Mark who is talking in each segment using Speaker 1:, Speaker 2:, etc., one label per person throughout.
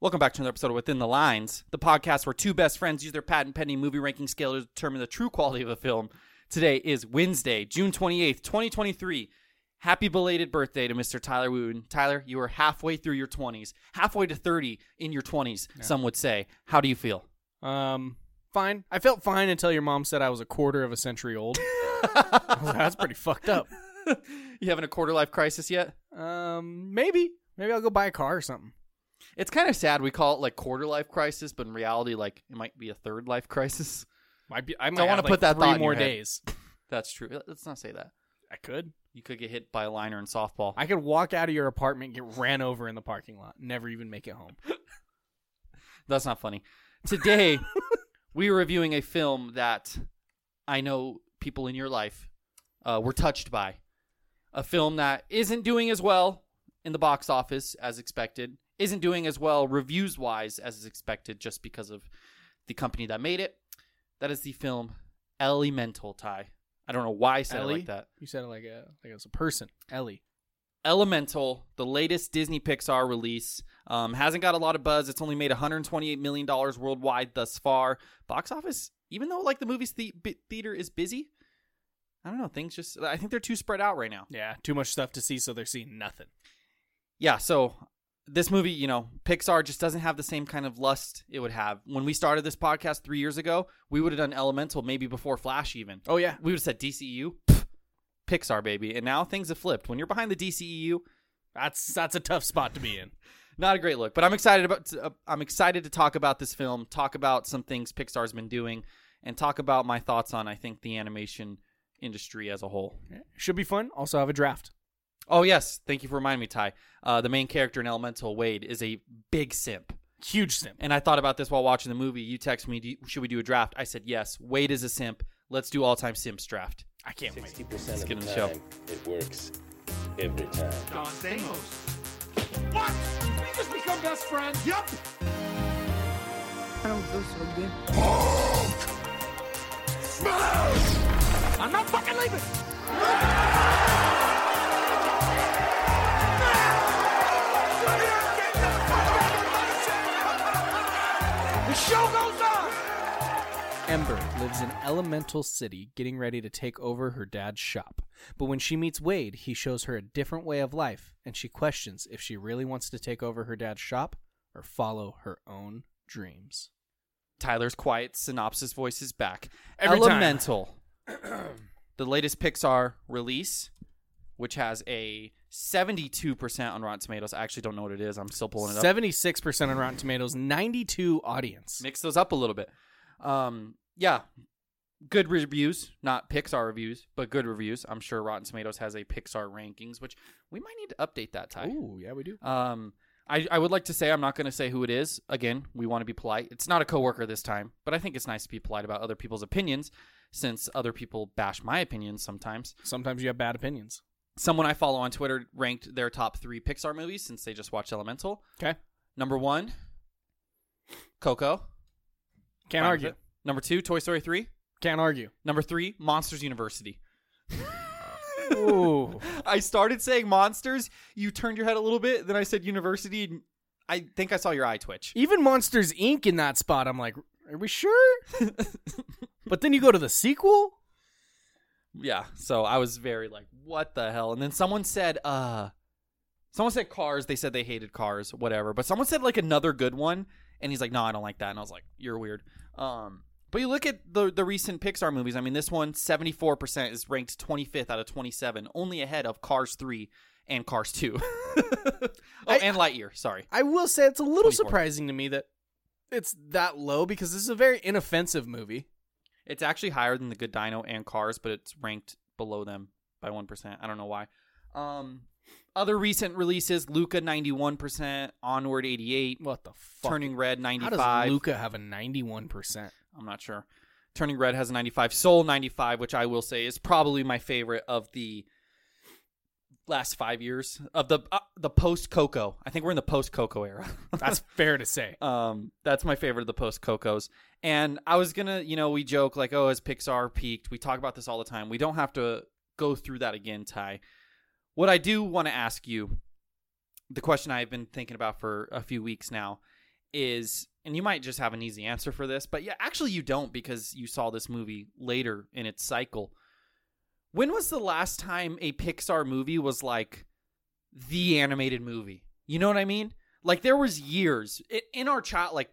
Speaker 1: Welcome back to another episode of Within the Lines, the podcast where two best friends use their patent pending movie ranking scale to determine the true quality of a film. Today is Wednesday, June 28th, 2023. Happy belated birthday to Mr. Tyler Wooten. Tyler, you are halfway through your 20s, halfway to 30 in your 20s, some would say. How do you feel?
Speaker 2: Um, fine. I felt fine until your mom said I was a quarter of a century old. I was like, That's pretty fucked up.
Speaker 1: You having a quarter life crisis yet?
Speaker 2: Um, maybe, maybe I'll go buy a car or something.
Speaker 1: It's kind of sad we call it like quarter life crisis, but in reality, like it might be a third life crisis.
Speaker 2: Might be. I might
Speaker 1: Don't
Speaker 2: want
Speaker 1: wanna
Speaker 2: to
Speaker 1: put that thought
Speaker 2: three
Speaker 1: in
Speaker 2: more
Speaker 1: your head.
Speaker 2: days.
Speaker 1: That's true. Let's not say that.
Speaker 2: I could.
Speaker 1: You could get hit by a liner in softball.
Speaker 2: I could walk out of your apartment, get ran over in the parking lot, never even make it home.
Speaker 1: That's not funny. Today, we are reviewing a film that I know people in your life uh, were touched by. A film that isn't doing as well in the box office as expected, isn't doing as well reviews wise as is expected just because of the company that made it. That is the film Elemental Ty. I don't know why I said it
Speaker 2: Ellie?
Speaker 1: like that.
Speaker 2: You said it like a like it's a person, Ellie.
Speaker 1: Elemental, the latest Disney Pixar release, um, hasn't got a lot of buzz. It's only made 128 million dollars worldwide thus far. Box office, even though like the movie's the- bi- theater is busy, I don't know. Things just, I think they're too spread out right now.
Speaker 2: Yeah, too much stuff to see, so they're seeing nothing.
Speaker 1: Yeah. So this movie, you know, Pixar just doesn't have the same kind of lust it would have. When we started this podcast three years ago, we would have done Elemental maybe before Flash even.
Speaker 2: Oh yeah,
Speaker 1: We would have said DCU, pff, Pixar baby, and now things have flipped. When you're behind the E DCEU,
Speaker 2: that's that's a tough spot to be in.
Speaker 1: not a great look but i'm excited about uh, i'm excited to talk about this film talk about some things pixar's been doing and talk about my thoughts on i think the animation industry as a whole
Speaker 2: Should be fun. Also have a draft.
Speaker 1: oh yes thank you for reminding me ty uh, the main character in elemental wade is a big simp
Speaker 2: Huge simp.
Speaker 1: and i thought about this while watching the movie you text me do you- should we do a draft i said yes wade is a simp let's do all-time simps draft
Speaker 2: I can't wait.
Speaker 3: 60%
Speaker 1: Let's get
Speaker 3: of the
Speaker 1: on the show.
Speaker 3: time, it works every time.
Speaker 4: What? We just become best friends? Yup.
Speaker 5: I don't feel so good.
Speaker 4: I'm not fucking leaving. The show goes on.
Speaker 2: Ember lives in Elemental City, getting ready to take over her dad's shop. But when she meets Wade, he shows her a different way of life, and she questions if she really wants to take over her dad's shop or follow her own dreams.
Speaker 1: Tyler's quiet synopsis voice is back.
Speaker 2: Every time.
Speaker 1: Elemental, the latest Pixar release, which has a 72% on Rotten Tomatoes. I actually don't know what it is. I'm still pulling it up.
Speaker 2: 76% on Rotten Tomatoes, 92 audience.
Speaker 1: Mix those up a little bit. Um, yeah, good reviews, not Pixar reviews, but good reviews. I'm sure Rotten Tomatoes has a Pixar rankings, which we might need to update that time.
Speaker 2: Ooh, yeah, we do.
Speaker 1: Um, I, I would like to say I'm not going to say who it is. Again, we want to be polite. It's not a coworker this time, but I think it's nice to be polite about other people's opinions since other people bash my opinions sometimes.
Speaker 2: Sometimes you have bad opinions.
Speaker 1: Someone I follow on Twitter ranked their top three Pixar movies since they just watched Elemental.
Speaker 2: Okay.
Speaker 1: Number one, Coco. Fine
Speaker 2: Can't
Speaker 1: with
Speaker 2: argue.
Speaker 1: it. Number two, Toy Story 3.
Speaker 2: Can't argue.
Speaker 1: Number three, Monsters University.
Speaker 2: Ooh.
Speaker 1: I started saying monsters. You turned your head a little bit. Then I said university. And I think I saw your eye twitch.
Speaker 2: Even Monsters Inc. in that spot, I'm like, are we sure? but then you go to the sequel?
Speaker 1: Yeah. So I was very like, what the hell? And then someone said, uh, someone said cars. They said they hated cars, whatever. But someone said like another good one, and he's like, no, I don't like that. And I was like, you're weird. Um, but you look at the the recent Pixar movies. I mean, this one, 74 percent is ranked 25th out of 27, only ahead of Cars 3 and Cars 2. oh,
Speaker 2: I-
Speaker 1: and Lightyear. Sorry.
Speaker 2: I will say it's a
Speaker 1: 24.
Speaker 2: little surprising to me that it's that low because this is a very inoffensive movie.
Speaker 1: It's actually higher than the Good Dino and Cars, but it's ranked below them by one percent. I don't know why. Um, Other recent releases: Luca ninety one percent, Onward eighty eight,
Speaker 2: What the fuck?
Speaker 1: Turning Red ninety
Speaker 2: How does
Speaker 1: five.
Speaker 2: Luca have a 91%?
Speaker 1: I'm not sure. Turning Red has a 95, Soul 95, which I will say is probably my favorite of the last five years of the uh, the post Coco. I think we're in the post Coco era.
Speaker 2: That's fair to say.
Speaker 1: um, that's my favorite of the post Cocos. And I was gonna, you know, we joke like, oh, has Pixar peaked? We talk about this all the time. We don't have to go through that again, Ty. What I do want to ask you, the question I've been thinking about for a few weeks now, is, and you might just have an easy answer for this, but yeah, actually you don't because you saw this movie later in its cycle. When was the last time a Pixar movie was like the animated movie? You know what I mean? Like there was years i- in our child, like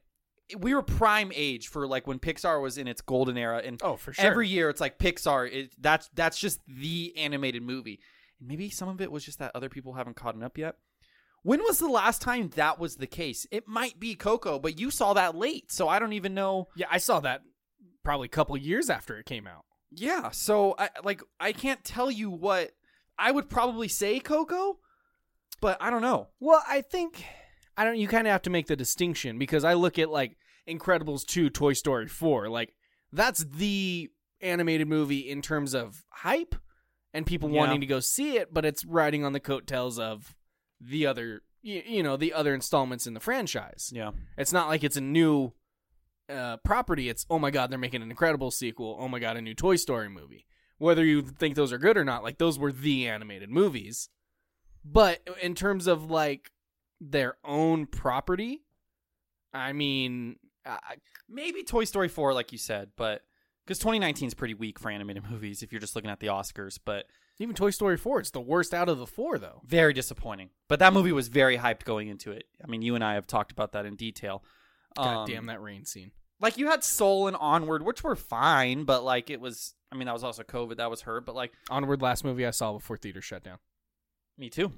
Speaker 1: we were prime age for like when Pixar was in its golden era, and
Speaker 2: Oh, for
Speaker 1: every year it's like Pixar. It, that's that's just the animated movie. And maybe some of it was just that other people haven't caught up yet. When was the last time that was the case? It might be Coco, but you saw that late, so I don't even know.
Speaker 2: yeah, I saw that probably a couple years after it came out.
Speaker 1: Yeah, so I like I can't tell you what I would probably say Coco, but I don't know.
Speaker 2: Well, I think I don't. You kind of have to make the distinction because I look at like Incredibles two, Toy Story four. Like that's the animated movie in terms of hype and people
Speaker 1: Yeah.
Speaker 2: wanting to go see it, but it's riding on the coattails of the other, you, you know, the other installments in the franchise.
Speaker 1: Yeah.
Speaker 2: It's not like it's a new uh, property. It's oh my god, they're making an Incredible sequel. Oh my god, a new Toy Story movie. Whether you think those are good or not, like those were the animated movies. But in terms of like their own property, I mean, I, I-
Speaker 1: Maybe Toy Story 4 like you said, but cuz 2019 is pretty weak for animated movies if you're just looking at the Oscars, but
Speaker 2: even Toy Story four, it's the worst out of the four though.
Speaker 1: very disappointing. But that movie was very hyped going into it. I mean, you and I have talked about that in detail.
Speaker 2: God
Speaker 1: Um,
Speaker 2: damn that rain scene.
Speaker 1: Like you had Soul and Onward, which were fine, but like it was I mean, that was also COVID, that was hurt, but like
Speaker 2: Onward, last movie I saw before theater shut down.
Speaker 1: Me too.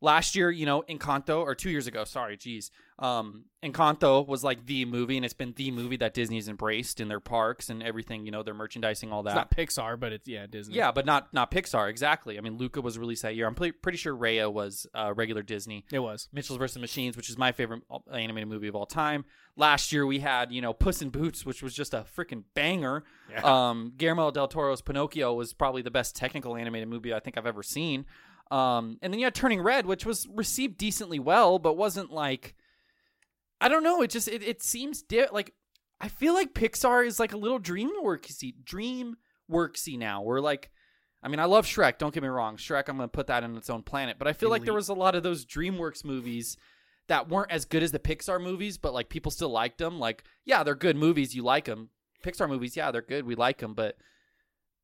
Speaker 1: Last year, you know, Encanto, or two years ago, sorry, geez, um, Encanto was like the movie, and it's been the movie that Disney's embraced in their parks and everything, you know, their merchandising, all
Speaker 2: It's
Speaker 1: that.
Speaker 2: not Pixar, but it's yeah Disney.
Speaker 1: yeah, but not not Pixar, exactly. I mean, Luca was released that year. I'm pl- pretty sure Raya was uh, regular Disney.
Speaker 2: it was.
Speaker 1: Mitchell's versus Machines, which is my favorite uh, animated movie of all time. Last year we had, you know, Puss in Boots, which was just a freaking banger. Um, Guillermo del Toro's Pinocchio was probably the best technical animated movie I think I've ever seen. Um, and then you had Turning Red, which was received decently well, but wasn't like, I don't know. It just it, it seems di- like I feel like Pixar is like a little dream worksy dream worksy now. We're like I mean, I love Shrek. Don't get me wrong. Shrek, I'm going to put that in its own planet. But I feel like there
Speaker 2: Elite.
Speaker 1: was a lot of those DreamWorks movies that weren't as good as the Pixar movies, but like people still liked them. Like, yeah, they're good movies. You like them. Pixar movies, yeah, they're good. We like them, but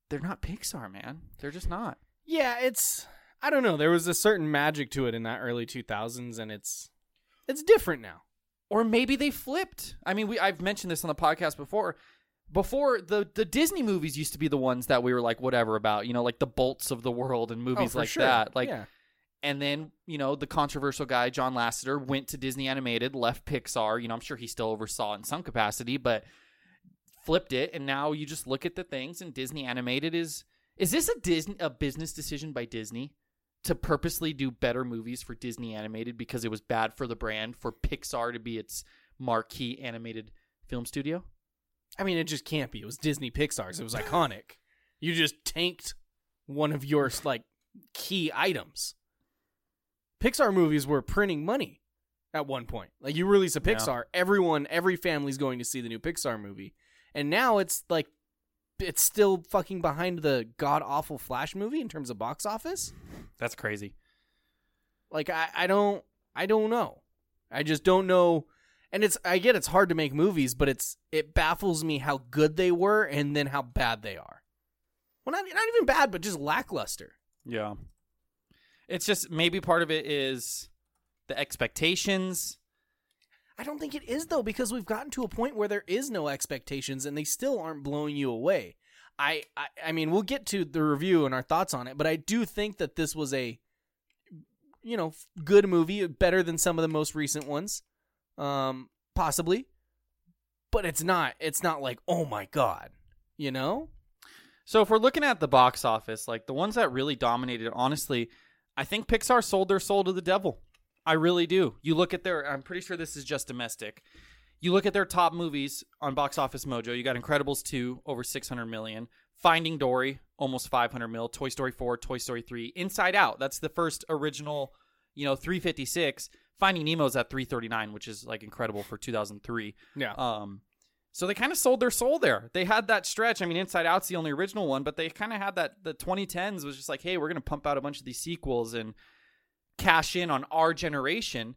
Speaker 1: they're not Pixar, man. They're just not.
Speaker 2: Yeah, it's I don't know. There was a certain magic to it in that early 2000s and it's it's different now.
Speaker 1: Or maybe they flipped. I mean, we I've mentioned this on the podcast before. Before the the Disney movies used to be the ones that we were like whatever about, you know, like the bolts of the world and movies
Speaker 2: Oh, for
Speaker 1: like
Speaker 2: sure.
Speaker 1: that. Like
Speaker 2: Yeah.
Speaker 1: and then you know the controversial guy john lasseter went to disney animated left pixar you know i'm sure he still oversaw it in some capacity but flipped it and now you just look at the things and disney animated is is this a disney a business decision by disney to purposely do better movies for disney animated because it was bad for the brand for pixar to be its marquee animated film studio
Speaker 2: I mean, it just can't be. It was Disney Pixar's. It was iconic. You just tanked one of your like key items. Pixar movies were printing money at one point. Like you release a
Speaker 1: Yeah.
Speaker 2: Pixar, everyone, every family's going to see the new Pixar movie. And now it's like it's still fucking behind the god awful Flash movie in terms of box office.
Speaker 1: that's crazy
Speaker 2: Like I, I don't I don't know. I just don't know. And it's I get it's hard to make movies, but it's it baffles me how good they were and then how bad they are. Well, not not even bad, but just lackluster.
Speaker 1: Yeah. It's just maybe part of it is the expectations.
Speaker 2: I don't think it is though because we've gotten to a point where there is no expectations and they still aren't blowing you away. I I, I mean, we'll get to the review and our thoughts on it, but I do think that this was a you know, f- good movie, better than some of the most recent ones. Um possibly. But it's not it's not like, "Oh my god." You know?
Speaker 1: So if we're looking at the box office, like the ones that really dominated, honestly, I think Pixar sold their soul to the devil. I really do. You look at their, I'm pretty sure this is just domestic. You look at their top movies on Box Office Mojo. You got Incredibles 2, over 600 million. Finding Dory, almost 500 mil. Toy Story 4, Toy Story 3. Inside Out, that's the first original, you know, 356. Finding Nemo's at 339, which is like incredible for 2003.
Speaker 2: Yeah.
Speaker 1: Um, so they kind of sold their soul there. They had that stretch. I mean, Inside Out's the only original one, but they kind of had that. The 2010s was just like, hey, we're going to pump out a bunch of these sequels and cash in on our generation.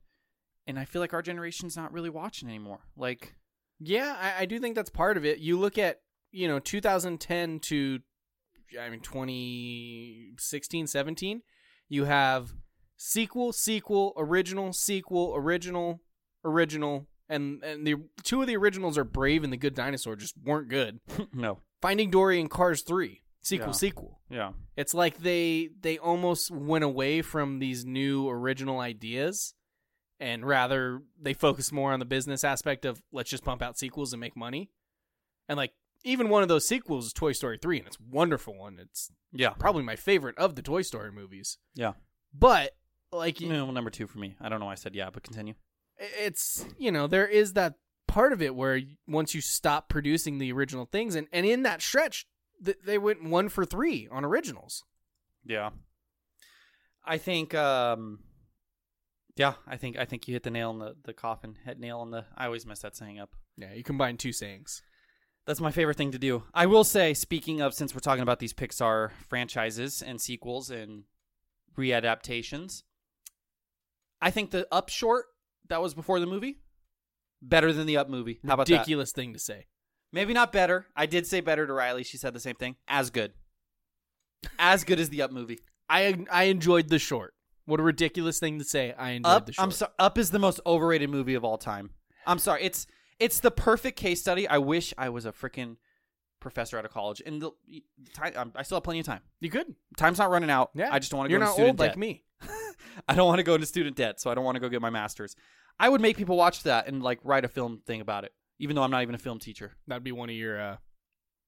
Speaker 1: And I feel like our generation's not really watching anymore. Like,
Speaker 2: Yeah, I, I do think that's part of it. You look at, you know, 2010 to, I mean, 2016, 17, you have sequel, sequel, original, sequel, original, original. And, and the two of the originals are Brave and The Good Dinosaur just weren't good.
Speaker 1: no.
Speaker 2: Finding Dory and Cars 3, sequel,
Speaker 1: Yeah.
Speaker 2: sequel.
Speaker 1: Yeah.
Speaker 2: It's like they they almost went away from these new original ideas and rather they focus more on the business aspect of let's just pump out sequels and make money. And like even one of those sequels is Toy Story 3 and it's a wonderful one. It's
Speaker 1: Yeah.
Speaker 2: probably my favorite of the Toy Story movies.
Speaker 1: Yeah.
Speaker 2: But like y-
Speaker 1: No, number two for me. I don't know why I said yeah, but continue.
Speaker 2: it's you know there is that part of it where y- once you stop producing the original things and and in that stretch th- they went 1 for 3 on originals.
Speaker 1: Yeah. I think um yeah, I think I think you hit the nail on the, the coffin, hit nail on the I always mess that saying up.
Speaker 2: Yeah, you combine two sayings.
Speaker 1: That's my favorite thing to do. I will say, speaking of since we're talking about these Pixar franchises and sequels and readaptations, I think the up short that was before the movie, better than the up movie. How about that?
Speaker 2: ridiculous thing to say.
Speaker 1: Maybe not better. I did say better to Riley. She said the same thing. As good. As good as the up movie.
Speaker 2: I I enjoyed the short. What a ridiculous thing to say. I enjoyed
Speaker 1: Up,
Speaker 2: the short.
Speaker 1: I'm sorry. Up is the most overrated movie of all time. I'm sorry. It's it's the perfect case study. I wish I was a freaking professor out of college. And the, time, I'm- I still have plenty of time.
Speaker 2: You good?
Speaker 1: Time's not running out.
Speaker 2: Yeah.
Speaker 1: I just don't want to
Speaker 2: You're
Speaker 1: go.
Speaker 2: not
Speaker 1: into student
Speaker 2: old
Speaker 1: debt.
Speaker 2: like me.
Speaker 1: I don't want to go into student debt, so I don't want to go get my master's. I would make people watch that and like write a film thing about it, even though I'm not even a film teacher.
Speaker 2: That'd be one of your uh,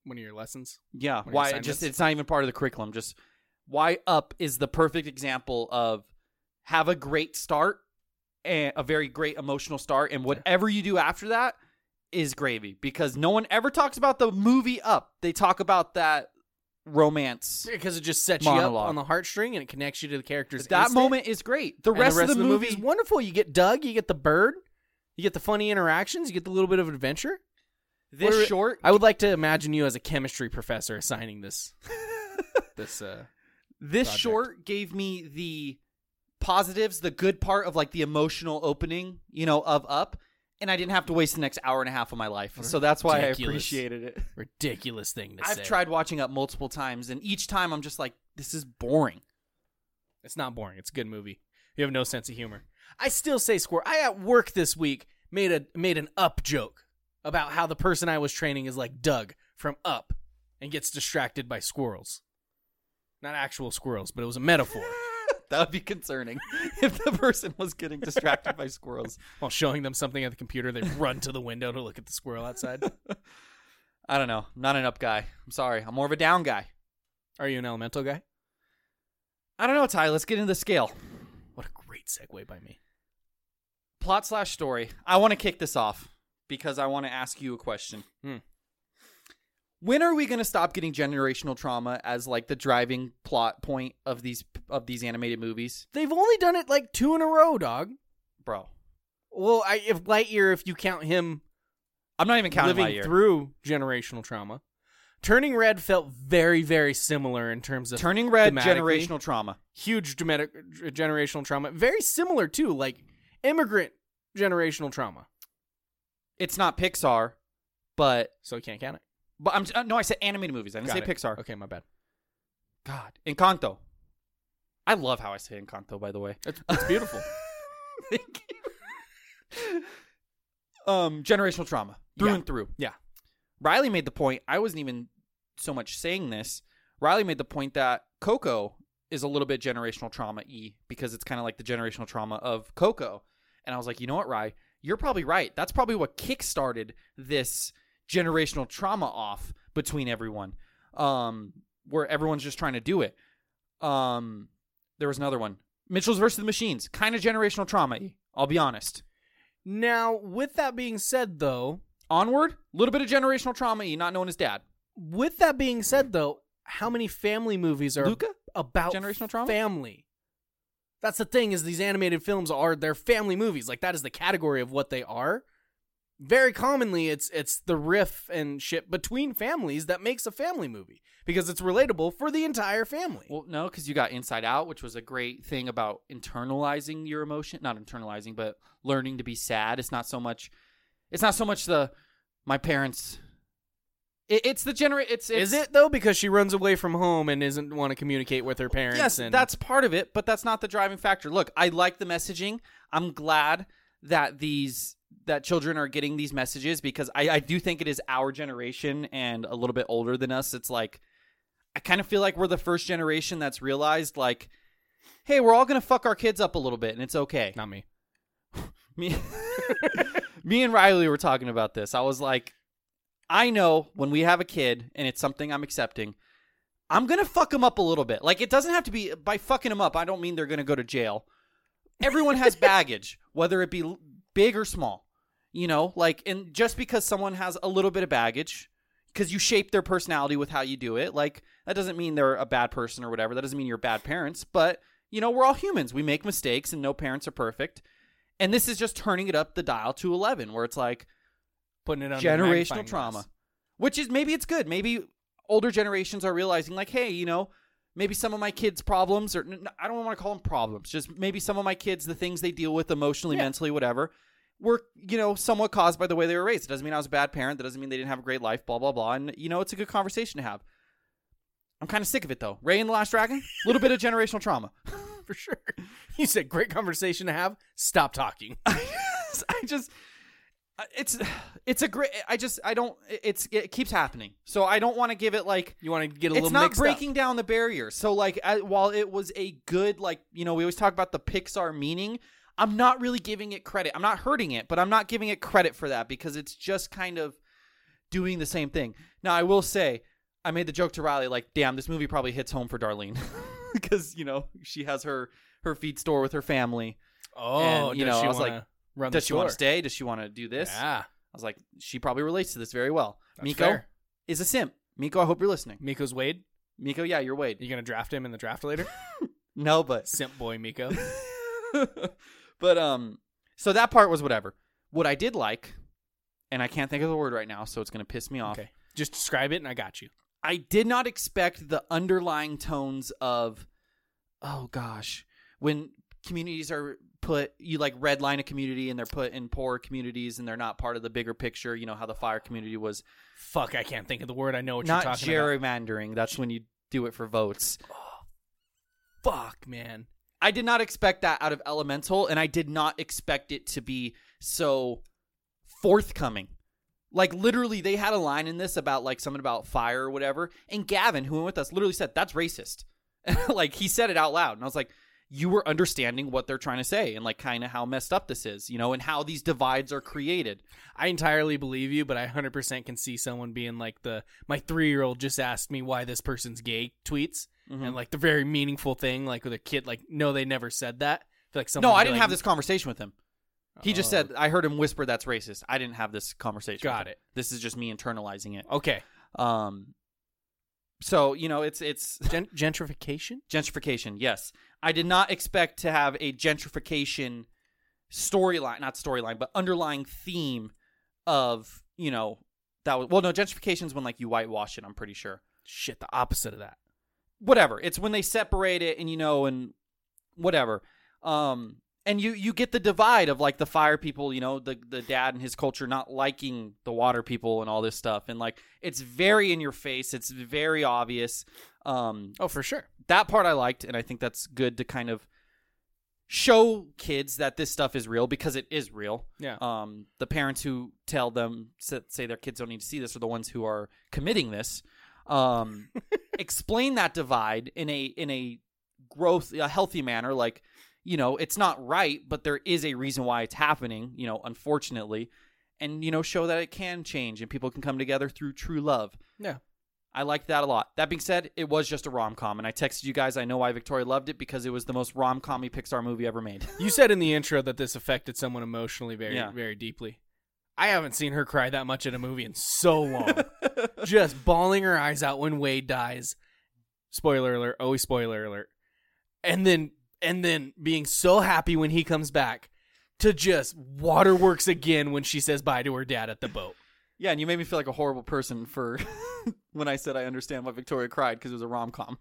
Speaker 2: one of your lessons.
Speaker 1: Yeah,
Speaker 2: What are your
Speaker 1: why?
Speaker 2: assignments?
Speaker 1: Just it's not even part of the curriculum. Just why up is the perfect example of have a great start and a very great emotional start, and whatever you do after that is gravy because no one ever talks about the movie Up. They talk about that romance.
Speaker 2: Because it just sets you up
Speaker 1: Monologue.
Speaker 2: on the heartstring and it connects you to the characters.
Speaker 1: That
Speaker 2: instant.
Speaker 1: moment is great. The
Speaker 2: And
Speaker 1: rest, of the, movie,
Speaker 2: is wonderful. You get Doug. You get the bird. You get the funny interactions. You get the little bit of adventure.
Speaker 1: this
Speaker 2: We're-
Speaker 1: short,
Speaker 2: I would like to imagine you as a chemistry professor assigning this. this. Uh,
Speaker 1: this
Speaker 2: project.
Speaker 1: short gave me the positives, the good part of like the emotional opening, you know, of Up, and I didn't have to waste the next hour and a half of my life. So that's why I
Speaker 2: Ridiculous.
Speaker 1: appreciated it.
Speaker 2: ridiculous thing to
Speaker 1: I've
Speaker 2: say.
Speaker 1: tried watching Up multiple times, and each time I'm just like, this is boring.
Speaker 2: It's not boring. It's a good movie. You have no sense of humor. I still say score. I at work this week made a made an up joke about how the person I was training is like Doug from Up and gets distracted by squirrels. Not actual squirrels, but it was a metaphor
Speaker 1: That would be concerning if the person was getting distracted by squirrels.
Speaker 2: while showing them something at the computer. They run to the window to look at the squirrel outside.
Speaker 1: I don't know. Not an up guy. I'm sorry. I'm more of a down guy.
Speaker 2: Are you an elemental guy?
Speaker 1: I don't know, Ty. Let's get into the scale.
Speaker 2: What a great segue by me.
Speaker 1: plot slash story. I want to kick this off because I want to ask you a question.
Speaker 2: Hmm.
Speaker 1: When are we going to stop getting generational trauma as like the driving plot point of these of these animated movies,
Speaker 2: They've only done it like two in a row, dog.
Speaker 1: bro?
Speaker 2: Well, I, if Lightyear, if you count him
Speaker 1: I'm not even counting
Speaker 2: living
Speaker 1: my year.
Speaker 2: through generational trauma. Turning Red felt very, very similar in terms of
Speaker 1: Turning red,
Speaker 2: thematically.
Speaker 1: generational trauma.
Speaker 2: huge dramatic, generational trauma. Very similar too, like immigrant generational trauma.
Speaker 1: It's not Pixar, but
Speaker 2: So you can't count it.
Speaker 1: but I'm uh, no, I said animated movies. I didn't
Speaker 2: Got
Speaker 1: say
Speaker 2: it.
Speaker 1: Pixar.
Speaker 2: Okay, my bad.
Speaker 1: God, Encanto. I love how I say Encanto. By the way,
Speaker 2: It's, it's beautiful.
Speaker 1: Thank you. Um, generational trauma through
Speaker 2: Yeah.
Speaker 1: and through.
Speaker 2: Yeah.
Speaker 1: Riley made the point. I wasn't even so much saying this. Riley made the point that Coco is a little bit generational trauma e because it's kind of like the generational trauma of Coco. And I was like, you know what, Rye, you're probably right. That's probably what kickstarted this generational trauma off between everyone, um, where everyone's just trying to do it. Um, There was another one. Mitchell's versus the Machines. Kind of generational trauma. I'll be honest.
Speaker 2: Now, with that being said, though,
Speaker 1: Onward, a little bit of generational trauma. Not knowing his dad.
Speaker 2: with that being said, though, how many family movies are
Speaker 1: Luca?
Speaker 2: about
Speaker 1: Generational trauma?
Speaker 2: family? That's the thing is these animated films are they're family movies. Like that is the category of what they are. Very commonly, it's it's the riff and shit between families that makes a family movie because it's relatable for the entire family.
Speaker 1: Well, no, because you got Inside Out, which was a great thing about internalizing your emotion. Not internalizing, but learning to be sad. It's not so much. It's not so much the my parents. It, it's the generate. It's, it's
Speaker 2: is it though? Because she runs away from home and isn't want to communicate with her parents.
Speaker 1: Yes,
Speaker 2: and
Speaker 1: that's part of it, but that's not the driving factor. Look, I like the messaging. I'm glad that these that children are getting these messages because I, I do think it is our generation and a little bit older than us. It's like I kind of feel like we're the first generation that's realized like, hey, we're all gonna fuck our kids up a little bit and it's okay.
Speaker 2: not me.
Speaker 1: Me, me and Riley were talking about this. I was like, I know when we have a kid and it's something I'm accepting, I'm going to fuck them up a little bit. Like, it doesn't have to be by fucking them up. I don't mean they're going to go to jail. Everyone has baggage, whether it be l- big or small, you know, like, and just because someone has a little bit of baggage, because you shape their personality with how you do it, like, that doesn't mean they're a bad person or whatever. That doesn't mean you're bad parents, but, you know, we're all humans. We make mistakes and no parents are perfect. And this is just turning it up the dial to 11, where it's like
Speaker 2: Putting it on
Speaker 1: generational trauma, which is maybe it's good. Maybe older generations are realizing, like, hey, you know, maybe some of my kids' problems, or n- n- I don't want to call them problems, just maybe some of my kids, the things they deal with emotionally, mentally, whatever, were, you know, somewhat caused by the way they were raised. It doesn't mean I was a bad parent. That doesn't mean they didn't have a great life, blah, blah, blah. And, you know, it's a good conversation to have. I'm kind of sick of it, though. Ray and the Last Dragon, a little bit of generational trauma.
Speaker 2: for sure. You said great conversation to have. Stop talking.
Speaker 1: I just uh, it's it's a great I just I don't it's it keeps happening. So I don't want to give it like
Speaker 2: You want to get a little
Speaker 1: it's not
Speaker 2: mixed up.
Speaker 1: breaking down the barrier. So like I, while it was a good like you know we always talk about the Pixar meaning, I'm not really giving it credit. I'm not hurting it, but I'm not giving it credit for that because it's just kind of doing the same thing. Now I will say I made the joke to Riley like, "Damn, this movie probably hits home for Darlene because you know she has her her feed store with her family.
Speaker 2: Oh,
Speaker 1: And, you
Speaker 2: does
Speaker 1: know,
Speaker 2: she
Speaker 1: I was like,
Speaker 2: wanna run
Speaker 1: Does
Speaker 2: the
Speaker 1: she want to
Speaker 2: store?
Speaker 1: stay? Does she want to do this?
Speaker 2: Yeah,
Speaker 1: I was like, she probably relates to this very well.
Speaker 2: that's
Speaker 1: Miko
Speaker 2: fair.
Speaker 1: is a simp. Miko, I hope you're listening.
Speaker 2: Miko's Wade.
Speaker 1: Miko, yeah, you're Wade.
Speaker 2: You gonna draft him in the draft later?
Speaker 1: No, but
Speaker 2: Simp boy, Miko.
Speaker 1: but um, so that part was whatever. What I did like, and I can't think of the word right now, so it's gonna piss me off.
Speaker 2: Okay, just describe it, and I got you.
Speaker 1: I did not expect the underlying tones of, oh gosh, when communities are put, you like redline a community and they're put in poor communities and they're not part of the bigger picture. You know how the fire community was
Speaker 2: Fuck, I can't think of the word. I know what
Speaker 1: not
Speaker 2: you're talking
Speaker 1: gerrymandering. That's when you do it for votes.
Speaker 2: about. Fuck, man.
Speaker 1: I did not expect that out of Elemental, and I did not expect it to be so forthcoming. Like literally, they had a line in this about like something about fire or whatever, and Gavin, who went with us, literally said that's racist. like he said it out loud, and I was like, you were understanding what they're trying to say, and like kind of how messed up this is, you know, and how these divides are created.
Speaker 2: I entirely believe you, but I 100% can see someone being like the my three year old just asked me why this person's gay tweets Mm-hmm.
Speaker 1: Mm-hmm.
Speaker 2: and like the very meaningful thing, like with a kid, like no, they never said that. I feel like someone
Speaker 1: No,
Speaker 2: would
Speaker 1: I
Speaker 2: be
Speaker 1: didn't
Speaker 2: like,
Speaker 1: have this conversation with him. He just
Speaker 2: Oh.
Speaker 1: said, I heard him whisper, that's racist. I didn't have this conversation.
Speaker 2: Got
Speaker 1: with him.
Speaker 2: it.
Speaker 1: This is just me internalizing it.
Speaker 2: Okay,
Speaker 1: Um, so, you know, it's, it's
Speaker 2: Gen- gentrification.
Speaker 1: gentrification. Yes. I did not expect to have a gentrification storyline, not storyline, but underlying theme of, you know, that was, well, no, gentrification's when like you whitewash it, I'm pretty sure.
Speaker 2: Shit, the opposite of that.
Speaker 1: whatever. It's when they separate it and you know and whatever. Um and you you get the divide of like the fire people, you know, the the dad and his culture not liking the water people and all this stuff and like it's very in your face. It's very obvious. Um
Speaker 2: Oh, for sure.
Speaker 1: that part I liked, and I think that's good to kind of show kids that this stuff is real because it is real.
Speaker 2: Yeah.
Speaker 1: Um, the parents who tell them sa- say their kids don't need to see this are the ones who are committing this. Um, explain that divide in a in a growth a healthy manner, like you know it's not right, but there is a reason why it's happening. You know, unfortunately. And you know, show that it can change, and people can come together through true love.
Speaker 2: Yeah.
Speaker 1: I liked that a lot. That being said, it was just a rom com, and I texted you guys. I know why Victoria loved it because it was the most rom commy Pixar movie ever made.
Speaker 2: You said in the intro that this affected someone emotionally very,
Speaker 1: Yeah.
Speaker 2: very deeply. I haven't seen her cry that much in a movie in so long. Just bawling her eyes out when Wade dies. Spoiler alert, always spoiler alert. And then and then being so happy when he comes back to just waterworks again when she says bye to her dad at the boat.
Speaker 1: yeah, and you made me feel like a horrible person for when I said I understand why Victoria cried because it was a rom com.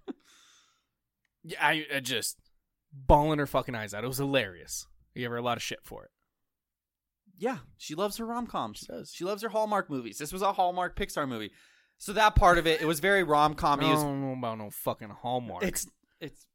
Speaker 2: Yeah, I, I just bawling her fucking eyes out. It was hilarious. I gave her a lot of shit for it.
Speaker 1: Yeah, she loves her rom coms. She
Speaker 2: does.
Speaker 1: She loves her Hallmark movies. This was a Hallmark Pixar movie, so that part of it it was very rom com.
Speaker 2: I don't know about no fucking Hallmark.
Speaker 1: It's it's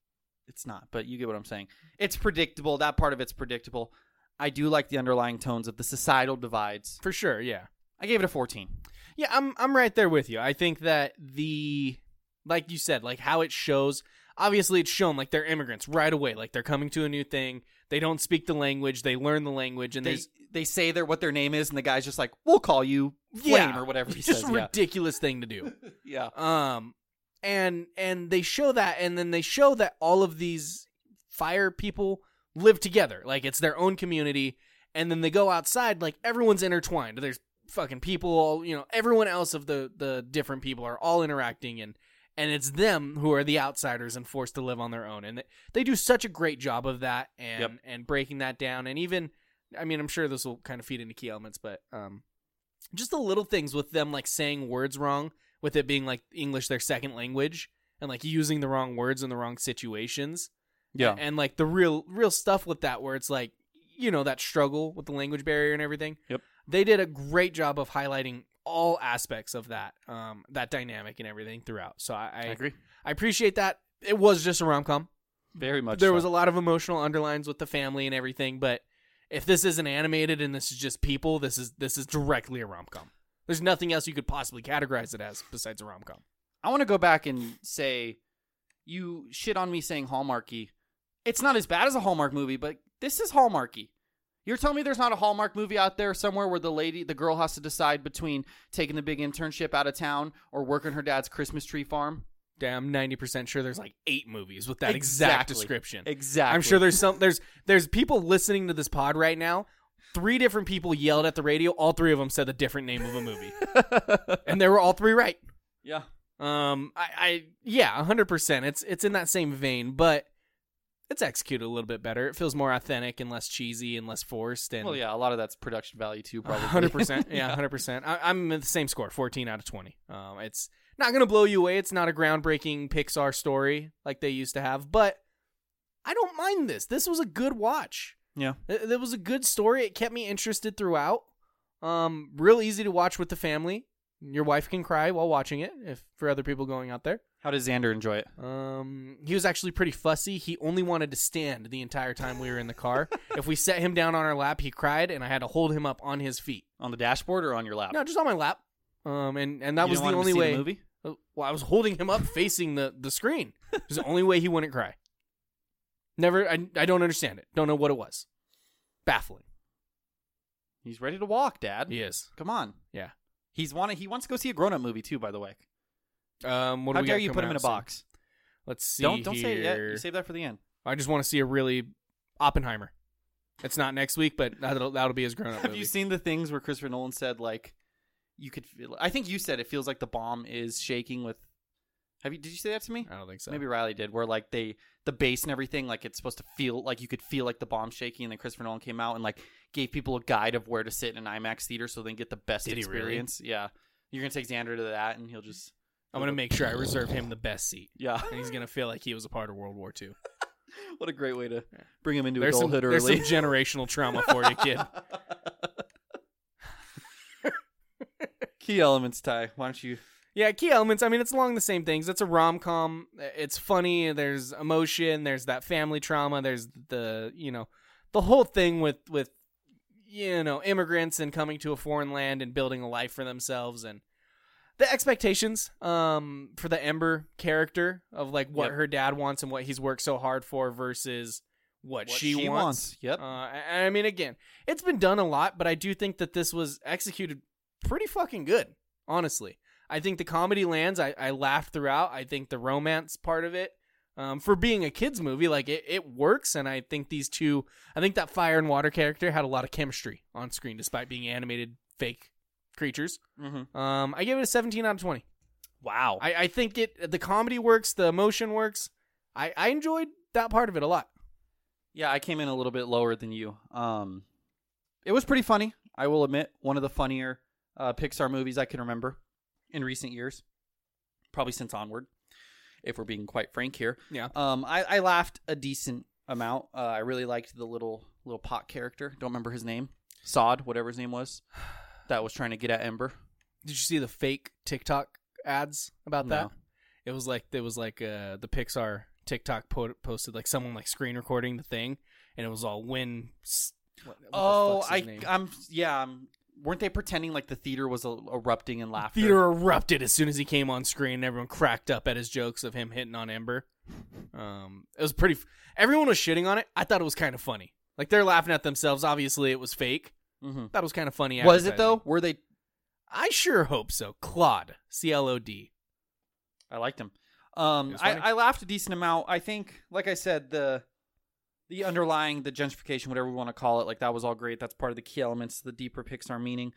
Speaker 1: it's not, but you get what I'm saying. It's predictable. That part of it's predictable. I do like the underlying tones of the societal divides.
Speaker 2: for sure, yeah.
Speaker 1: I gave it a 14.
Speaker 2: Yeah, I'm I'm right there with you. I think that the like you said, like how it shows obviously it's shown like they're immigrants right away, like they're coming to a new thing. They don't speak the language, they learn the language and
Speaker 1: They
Speaker 2: there's
Speaker 1: they say their what their name is, and the guy's just like, "We'll call you Flame
Speaker 2: yeah,
Speaker 1: or whatever he
Speaker 2: It's just
Speaker 1: says."
Speaker 2: a
Speaker 1: Yeah.
Speaker 2: ridiculous thing to do.
Speaker 1: yeah,
Speaker 2: Um, and and they show that, and then they show that all of these fire people live together, like it's their own community. And then they go outside, like everyone's intertwined. There's fucking people, all you know, everyone else of the the different people are all interacting, and and it's them who are the outsiders and forced to live on their own. And they, they do such a great job of that, and
Speaker 1: Yep.
Speaker 2: and breaking that down, and even. I mean, I'm sure this will kind of feed into key elements, but um, just the little things with them like saying words wrong with it being like english their second language and like using the wrong words in the wrong situations
Speaker 1: yeah,
Speaker 2: and like the real real stuff with that where it's like you know that struggle with the language barrier and everything
Speaker 1: Yep.
Speaker 2: they did a great job of highlighting all aspects of that um that dynamic and everything throughout so i i,
Speaker 1: I agree
Speaker 2: I appreciate that it was just a rom-com
Speaker 1: very much.
Speaker 2: there
Speaker 1: so.
Speaker 2: was a lot of emotional underlines with the family and everything, but if this isn't animated and this is just people, this is this is directly a rom com. There's nothing else you could possibly categorize it as besides a rom com.
Speaker 1: I want to go back and say, you shit on me saying Hallmarky. It's not as bad as a Hallmark movie, but this is Hallmarky. You're telling me there's not a Hallmark movie out there somewhere where the lady, the girl has to decide between taking the big internship out of town or working her dad's Christmas tree farm?
Speaker 2: Damn, ninety percent sure there's like eight movies with that exact
Speaker 1: Exactly.
Speaker 2: description.
Speaker 1: Exactly.
Speaker 2: I'm sure there's some there's there's people listening to this pod right now. Three different people yelled at the radio. All three of them said the different name of a movie, and they were all three right.
Speaker 1: Yeah.
Speaker 2: Um, I, I yeah, hundred percent. It's it's in that same vein, but it's executed a little bit better. It feels more authentic and less cheesy and less forced. And
Speaker 1: Well, yeah, a lot of that's production value too, probably.
Speaker 2: hundred percent. Yeah, hundred percent. I'm at the same score, fourteen out of twenty. Um, it's not gonna blow you away. It's not a groundbreaking Pixar story like they used to have, but I don't mind this. This was a good watch.
Speaker 1: Yeah.
Speaker 2: Th- That was a good story. It kept me interested throughout. Um, real easy to watch with the family. Your wife can cry while watching it, if for other people going out there.
Speaker 1: How does Xander enjoy it?
Speaker 2: Um, he was actually pretty fussy. He only wanted to stand the entire time we were in the car. if we set him down on our lap, he cried, and I had to hold him up on his feet.
Speaker 1: On the dashboard or on your lap?
Speaker 2: No, just on my lap. Um, and and that
Speaker 1: You
Speaker 2: was
Speaker 1: didn't want
Speaker 2: the
Speaker 1: him to
Speaker 2: only
Speaker 1: see
Speaker 2: way.
Speaker 1: The movie?
Speaker 2: Uh, Well, I was holding him up facing the the screen. It was the only way he wouldn't cry. Never. I I don't understand it. Don't know what it was. Baffling.
Speaker 1: He's ready to walk, Dad.
Speaker 2: He is.
Speaker 1: Come on.
Speaker 2: Yeah.
Speaker 1: He's wanna he wants to go see a grown up movie too, by the way.
Speaker 2: Um, what do
Speaker 1: How
Speaker 2: we
Speaker 1: dare
Speaker 2: got
Speaker 1: you put
Speaker 2: coming
Speaker 1: him in a
Speaker 2: out soon?
Speaker 1: box?
Speaker 2: Let's see.
Speaker 1: Don't don't say it yet.
Speaker 2: here.
Speaker 1: You save that for the end.
Speaker 2: I just want to see a really Oppenheimer. It's not next week, but that'll that'll be his grown up
Speaker 1: Have
Speaker 2: movie.
Speaker 1: you seen the things where Christopher Nolan said like you could feel I think you said it feels like the bomb is shaking with Have you did you say that to me?
Speaker 2: I don't think so.
Speaker 1: Maybe Riley did, where like they the bass and everything, like it's supposed to feel like you could feel like the bomb shaking, and then Christopher Nolan came out and like gave people a guide of where to sit in an IMAX theater so they can get the best
Speaker 2: Did he really?
Speaker 1: experience. Yeah, you're gonna take Xander to that, and he'll just
Speaker 2: I'm gonna make sure I reserve him the best seat,
Speaker 1: yeah.
Speaker 2: and he's gonna feel like he was a part of World War II.
Speaker 1: what a great way to bring him into
Speaker 2: There's some,
Speaker 1: adulthood
Speaker 2: there's some
Speaker 1: early.
Speaker 2: generational trauma for you, kid.
Speaker 1: Key elements, Ty. Why don't you?
Speaker 2: Yeah, key elements. I mean, it's along the same things. It's a rom com. It's funny. There's emotion. There's that family trauma. There's the you know, the whole thing with with you know immigrants and coming to a foreign land and building a life for themselves and the expectations um for the Ember character of like what
Speaker 1: Yep.
Speaker 2: her dad wants and what he's worked so hard for versus what,
Speaker 1: What she wants. Yep.
Speaker 2: Uh, I, I mean, again, it's been done a lot, but I do think that this was executed pretty fucking good. Honestly, I think the comedy lands. I, I laughed throughout. I think the romance part of it, um, for being a kids movie, like it, it works. And I think these two, I think that fire and water character had a lot of chemistry on screen, despite being animated fake creatures.
Speaker 1: Mm-hmm.
Speaker 2: Um, I gave it a 17 out of 20.
Speaker 1: Wow.
Speaker 2: I, I think it, the comedy works, the emotion works. I, I enjoyed that part of it a lot.
Speaker 1: yeah, I came in a little bit lower than you. Um, it was pretty funny. I will admit, one of the funnier uh, Pixar movies I can remember in recent years, probably since Onward. If we're being quite frank here,
Speaker 2: Yeah.
Speaker 1: Um, I, I laughed a decent amount. Uh, I really liked the little little pot character. Don't remember his name. Sod, whatever his name was, that was trying to get at Ember.
Speaker 2: Did you see the fake TikTok ads about that?
Speaker 1: No.
Speaker 2: It was like it was like uh, the Pixar TikTok po- posted like someone like screen recording the thing, and it was all win. s- What, what the
Speaker 1: Oh,
Speaker 2: fuck's his
Speaker 1: I,
Speaker 2: name?
Speaker 1: I'm yeah. I'm, weren't they pretending like the theater was uh, erupting in laughter?
Speaker 2: theater erupted as soon as he came on screen. and Everyone cracked up at his jokes of him hitting on Ember. Um, it was pretty. F- everyone was shitting on it. I thought it was kind of funny. Like they're laughing at themselves. Obviously, it was fake.
Speaker 1: hmm
Speaker 2: That was kind of funny.
Speaker 1: Was it
Speaker 2: advertising.
Speaker 1: though? Were they
Speaker 2: I sure hope so. Claude, C L O D.
Speaker 1: I liked him. Um,
Speaker 2: was
Speaker 1: I,
Speaker 2: funny.
Speaker 1: I laughed a decent amount. I think, like I said, the the underlying, the gentrification, whatever we want to call it, like that was all great. That's part of the key elements, the deeper Pixar meaning.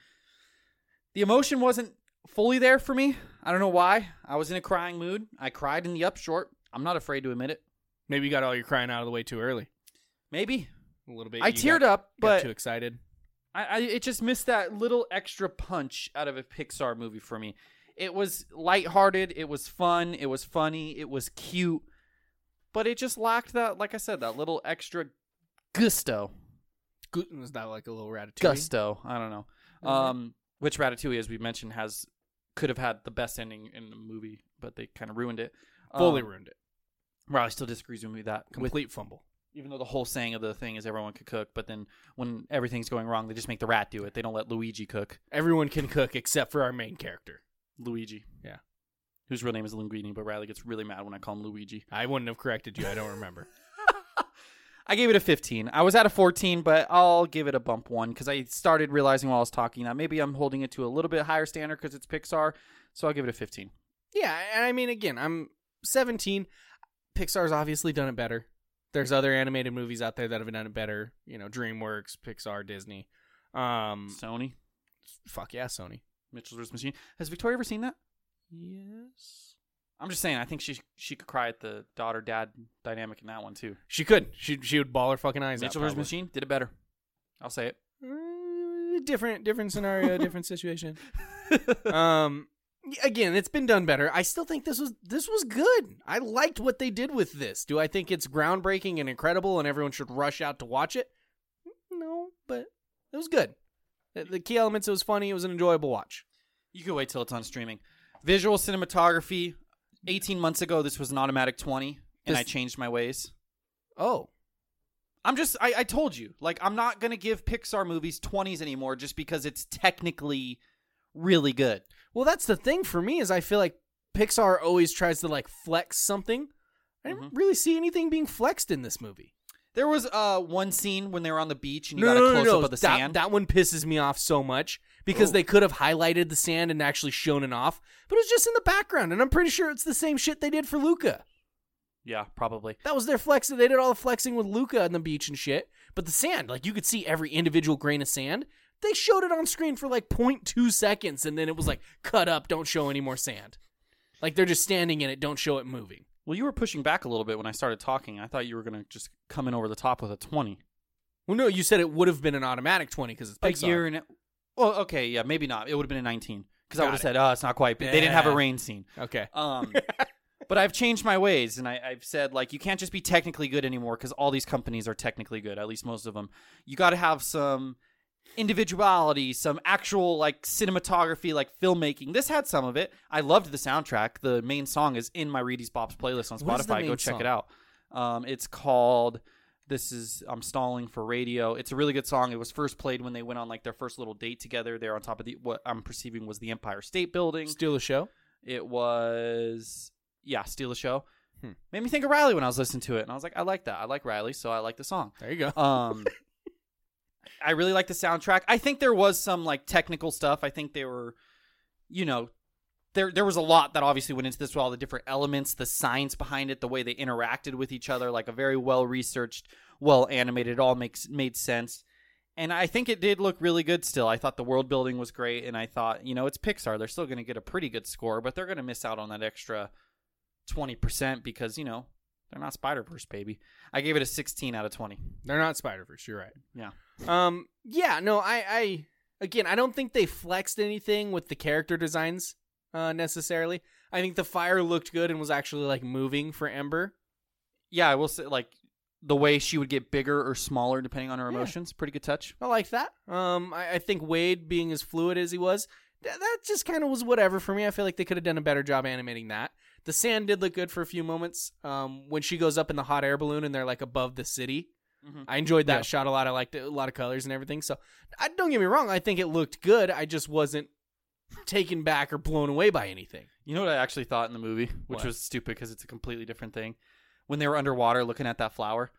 Speaker 1: The emotion wasn't fully there for me. I don't know why. I was in a crying mood. I cried in the upshort. I'm not afraid to admit it.
Speaker 2: Maybe you got all your crying out of the way too early.
Speaker 1: Maybe
Speaker 2: A little bit.
Speaker 1: I
Speaker 2: you
Speaker 1: teared
Speaker 2: got-
Speaker 1: up,
Speaker 2: got
Speaker 1: but
Speaker 2: too excited.
Speaker 1: I, I it just missed that little extra punch out of a Pixar movie for me. It was lighthearted, it was fun, it was funny, it was cute, but it just lacked that, like I said, that little extra gusto.
Speaker 2: Good- Was that like a little ratatouille?
Speaker 1: Gusto, I don't know. Um, which Ratatouille, as we mentioned, has could have had the best ending in the movie, but they kind of ruined it.
Speaker 2: Fully
Speaker 1: um,
Speaker 2: ruined it.
Speaker 1: Riley still disagrees with me that with
Speaker 2: Complete fumble.
Speaker 1: even though the whole saying of the thing is everyone could cook, but then when everything's going wrong, they just make the rat do it. They don't let Luigi cook.
Speaker 2: Everyone can cook except for our main character.
Speaker 1: Luigi.
Speaker 2: Yeah.
Speaker 1: Whose real name is Linguini, but Riley gets really mad when I call him Luigi.
Speaker 2: I wouldn't have corrected you. I don't remember.
Speaker 1: I gave it a 15. I was at a 14, but I'll give it a bump one because I started realizing while I was talking that maybe I'm holding it to a little bit higher standard because it's Pixar. So I'll give it a 15.
Speaker 2: Yeah, and I mean, again, I'm 17. Pixar's obviously done it better. There's other animated movies out there that have done it better. You know, DreamWorks, Pixar, Disney. Um,
Speaker 1: Sony,
Speaker 2: fuck yeah, Sony.
Speaker 1: Mitchell's Versus Machine. Has Victoria ever seen that?
Speaker 2: Yes.
Speaker 1: I'm just saying, I think she she could cry at the daughter dad dynamic in that one too.
Speaker 2: She could. She she would ball her fucking eyes
Speaker 1: Mitchell's
Speaker 2: out.
Speaker 1: Versus
Speaker 2: probably.
Speaker 1: Machine did it better. I'll say it.
Speaker 2: Uh, different different scenario, different situation. um again it's been done better i still think this was this was good i liked what they did with this do i think it's groundbreaking and incredible and everyone should rush out to watch it no but it was good the, the key elements it was funny it was an enjoyable watch
Speaker 1: You can wait till it's on streaming. Visual cinematography. 18 months ago, this was an automatic 20, and
Speaker 2: This-
Speaker 1: I changed my ways.
Speaker 2: oh
Speaker 1: I'm just, I, I told you, like, I'm not going to give Pixar movies 20s anymore just because it's technically really good.
Speaker 2: well that's the thing for me is i feel like pixar always tries to like flex something i didn't really see anything being flexed in this movie
Speaker 1: There was uh one scene when they were on the beach and you got a close up of the
Speaker 2: that,
Speaker 1: sand. Oh.
Speaker 2: That one pisses me off so much because
Speaker 1: Ooh.
Speaker 2: they could have highlighted the sand and actually shown it off, but it's just in the background, and I'm pretty sure it's the same shit they did for Luca.
Speaker 1: yeah, probably.
Speaker 2: That was their flexing. They did all the flexing with Luca on the beach and shit, but the sand, like you could see every individual grain of sand. They showed it on screen for like 0.2 seconds, and then it was like cut up. Don't show any more sand. Like they're just standing in it. Don't show it moving.
Speaker 1: Well, you were pushing back a little bit when I started talking. I thought you were going to just come in over the top with a 20.
Speaker 2: Well, no, you said it would have been an automatic 20 because it's Pixar.
Speaker 1: A year and. Well, okay, yeah, maybe not. It would have been a 19 because I
Speaker 2: Got
Speaker 1: would have
Speaker 2: it.
Speaker 1: said, oh, it's not quite. They didn't have a
Speaker 2: Yeah.
Speaker 1: rain scene.
Speaker 2: Okay.
Speaker 1: Um, but I've changed my ways, and I, I've said like you can't just be technically good anymore because all these companies are technically good. At least most of them. You got to have some individuality, some actual like cinematography, like filmmaking. This had some of it. I loved the soundtrack. The main song is in my Reedy's Bops playlist on
Speaker 2: What is the
Speaker 1: Spotify. Go
Speaker 2: main
Speaker 1: check
Speaker 2: song?
Speaker 1: it out. Um, it's called. This is I'm stalling for radio. It's a really good song. It was first played when they went on like their first little date together. They're on top of the what I'm perceiving was the Empire State Building.
Speaker 2: Steal the show.
Speaker 1: It was yeah, steal the show.
Speaker 2: Hmm.
Speaker 1: Made me think of Riley when I was listening to it, and I was like, I like that. I like Riley, so I like the song.
Speaker 2: There you go.
Speaker 1: Um, I really like the soundtrack. I think there was some like technical stuff. I think they were, you know, there there was a lot that obviously went into this with all the different elements, the science behind it, the way they interacted with each other, like a very well researched, well animated, it all makes made sense. And I think it did look really good still. I thought the world building was great and I thought, you know, it's Pixar. They're still going to get a pretty good score, but they're going to miss out on that extra 20% because, you know, they're not Spider-Verse baby. I gave it a 16 out of 20.
Speaker 2: They're not Spider Verse. You're right.
Speaker 1: Yeah.
Speaker 2: Um. Yeah. No. I. I. Again, I don't think they flexed anything with the character designs uh, necessarily. I think the fire looked good and was actually like moving for Ember.
Speaker 1: Yeah, I will say like the way she would get bigger or smaller depending on her
Speaker 2: Yeah.
Speaker 1: emotions, pretty good touch.
Speaker 2: I like that. Um. I, I think Wade being as fluid as he was, th- that just kind of was whatever for me. I feel like they could have done a better job animating that. The sand did look good for a few moments. Um. When she goes up in the hot air balloon and they're like above the city.
Speaker 1: Mhm.
Speaker 2: I enjoyed that
Speaker 1: Yeah.
Speaker 2: shot a lot. I liked it, a lot of colors and everything. So, I, don't get me wrong. I think it looked good. I just wasn't taken back or blown away by anything.
Speaker 1: You know what I actually thought in the movie, which
Speaker 2: What?
Speaker 1: was stupid because it's a completely different thing. When they were underwater looking at that flower,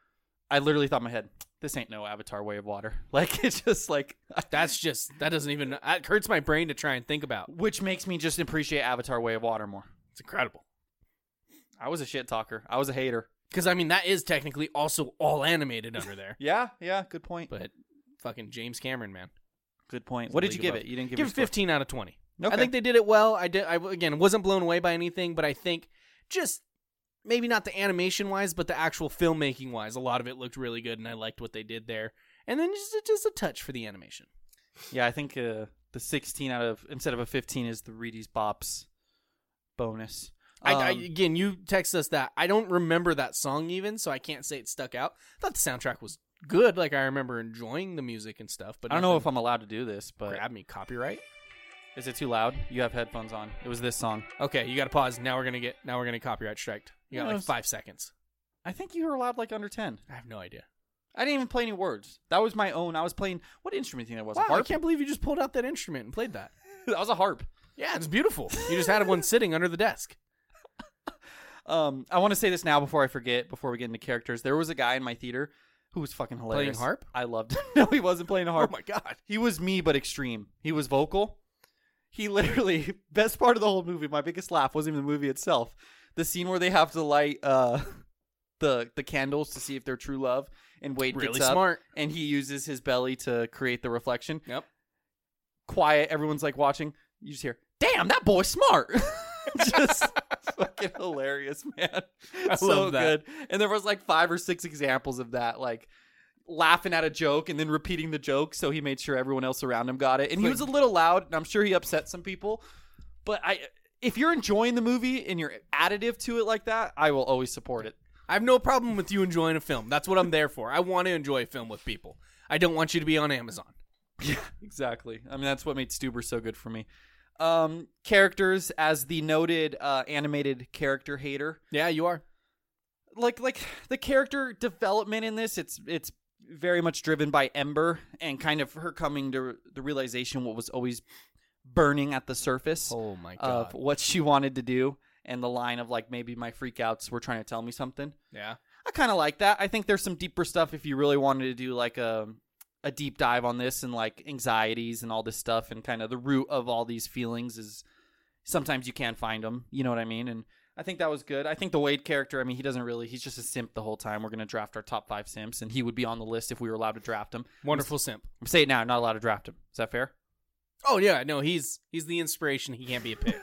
Speaker 1: I literally thought in my head, this ain't no Avatar way of water. Like it's just like
Speaker 2: That's just that doesn't even that hurts my brain to try and think about.
Speaker 1: which makes me just appreciate Avatar way of water more.
Speaker 2: It's incredible
Speaker 1: I was a shit talker. I was a hater.
Speaker 2: because I mean that is technically also all animated under there.
Speaker 1: Yeah, yeah, good point.
Speaker 2: but fucking James Cameron, man,
Speaker 1: Good point. What did you
Speaker 2: League
Speaker 1: give
Speaker 2: above.
Speaker 1: it? You didn't give,
Speaker 2: give it
Speaker 1: it a score.
Speaker 2: 15 out of 20.
Speaker 1: Okay.
Speaker 2: I think they did it well. I did. I again wasn't blown away by anything, but I think just maybe not the animation wise, but the actual filmmaking wise, a lot of it looked really good, and I liked what they did there. And then just just a touch for the animation.
Speaker 1: Yeah, I think uh, the 16 out of instead of a 15 is the Reedy's Bops bonus.
Speaker 2: I, I,
Speaker 1: Um,
Speaker 2: again, you text us that. I don't remember that song even, so I can't say it stuck out. I thought the soundtrack was good. Like I remember enjoying the music and stuff, but
Speaker 1: I don't know if
Speaker 2: nothing
Speaker 1: I'm allowed to do this, but
Speaker 2: grabbed me copyright.
Speaker 1: is it too loud? You have headphones on. It was this song.
Speaker 2: Okay, you got to pause. Now we're gonna get. Now we're gonna copyright striked. You got
Speaker 1: No,
Speaker 2: like
Speaker 1: it's-
Speaker 2: five seconds.
Speaker 1: I think you were allowed like under 10.
Speaker 2: I have no idea.
Speaker 1: I didn't even play any words. That was my own. I was playing what instrument do you think that was?
Speaker 2: Wow,
Speaker 1: a
Speaker 2: I
Speaker 1: harp.
Speaker 2: can't believe you just pulled out that instrument and played that.
Speaker 1: that was a harp.
Speaker 2: Yeah, it's beautiful. You just had one sitting under the desk.
Speaker 1: Um, I want to say this now before I forget. Before we get into characters, there was a guy in my theater who was fucking hilarious.
Speaker 2: harp?
Speaker 1: I loved. Him. no, he wasn't playing a harp.
Speaker 2: Oh my god.
Speaker 1: He was me, but extreme. He was vocal. He literally best part of the whole movie. My biggest laugh wasn't even the movie itself. The scene where they have to light uh, the the candles to see if they're true love, and Wade
Speaker 2: Really
Speaker 1: gets up
Speaker 2: smart.
Speaker 1: and he uses his belly to create the reflection.
Speaker 2: Yep.
Speaker 1: Quiet. Everyone's like watching. You just hear, "Damn, that boy's smart." just fucking hilarious, man.
Speaker 2: I
Speaker 1: so
Speaker 2: love that.
Speaker 1: good. And there was like five or six examples of that, like laughing at a joke and then repeating the joke so he made sure everyone else around him got it. And he was a little loud, and I'm sure he upset some people. But I if you're enjoying the movie and you're additive to it like that, I will always support it.
Speaker 2: I have no problem with you enjoying a film. That's what I'm there for. I want to enjoy a film with people. I don't want you to be on Amazon.
Speaker 1: Yeah, exactly. I mean, that's what made Stuber so good for me. Um, characters as the noted uh, animated character hater,
Speaker 2: Yeah, you are.
Speaker 1: like like the character development in this, it's it's very much driven by Ember and kind of her coming to the realization what was always burning at the surface
Speaker 2: Oh my god.
Speaker 1: of what she wanted to do, and the line of like maybe my freakouts were trying to tell me something.
Speaker 2: yeah.
Speaker 1: I kind of like that. I think there's some deeper stuff if you really wanted to do like a a deep dive on this and like anxieties and all this stuff and kind of the root of all these feelings is sometimes you can't find them. You know what I mean? And I think that was good. I think the Wade character, I mean, he doesn't really, he's just a simp the whole time. We're going to draft our top five simps and he would be on the list if we were allowed to draft him.
Speaker 2: Wonderful simp.
Speaker 1: I'm saying now, I'm not allowed to draft him. Is that fair?
Speaker 2: Oh yeah, no, he's he's the inspiration. He can't be a pig.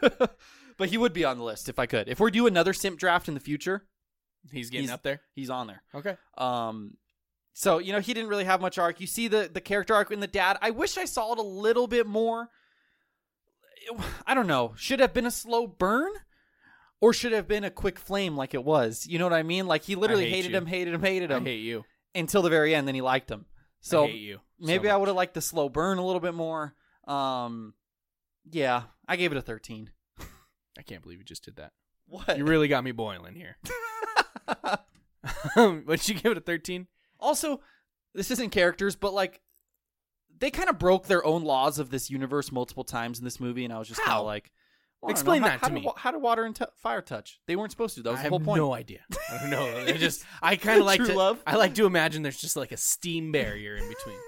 Speaker 1: but he would be on the list if I could. If we do another simp draft in the future,
Speaker 2: He's getting
Speaker 1: He's-
Speaker 2: up there.
Speaker 1: he's on there.
Speaker 2: Okay.
Speaker 1: Um, so you know he didn't really have much arc. You see the the character arc in the dad. I wish I saw it a little bit more. It- I don't know. Should have been a slow burn, or should have been a quick flame like it was. You know what I mean? Like he literally
Speaker 2: hate
Speaker 1: hated
Speaker 2: you.
Speaker 1: him, hated him, hated
Speaker 2: I
Speaker 1: him
Speaker 2: hate you.
Speaker 1: until the very end. Then he liked him.
Speaker 2: So
Speaker 1: Um, So
Speaker 2: I hate you. so
Speaker 1: maybe I
Speaker 2: much.
Speaker 1: would have liked the slow burn a little bit more. Um, yeah, I gave it a thirteen.
Speaker 2: I can't believe you just did that.
Speaker 1: What?
Speaker 2: You really got me boiling here. um, would you give it a thirteen?
Speaker 1: Also, this isn't characters, but like they kind of broke their own laws of this universe multiple times in this movie, and I was just kind
Speaker 2: How?
Speaker 1: of like, well, I don't
Speaker 2: Explain
Speaker 1: know.
Speaker 2: that
Speaker 1: how,
Speaker 2: to
Speaker 1: how
Speaker 2: me.
Speaker 1: Do, wa- how do water and t- fire touch? They weren't supposed to. That was the
Speaker 2: I have
Speaker 1: whole point.
Speaker 2: no idea. I don't know. I just I kind of like
Speaker 1: True
Speaker 2: to
Speaker 1: love?
Speaker 2: I like to imagine there's just like a steam barrier in between.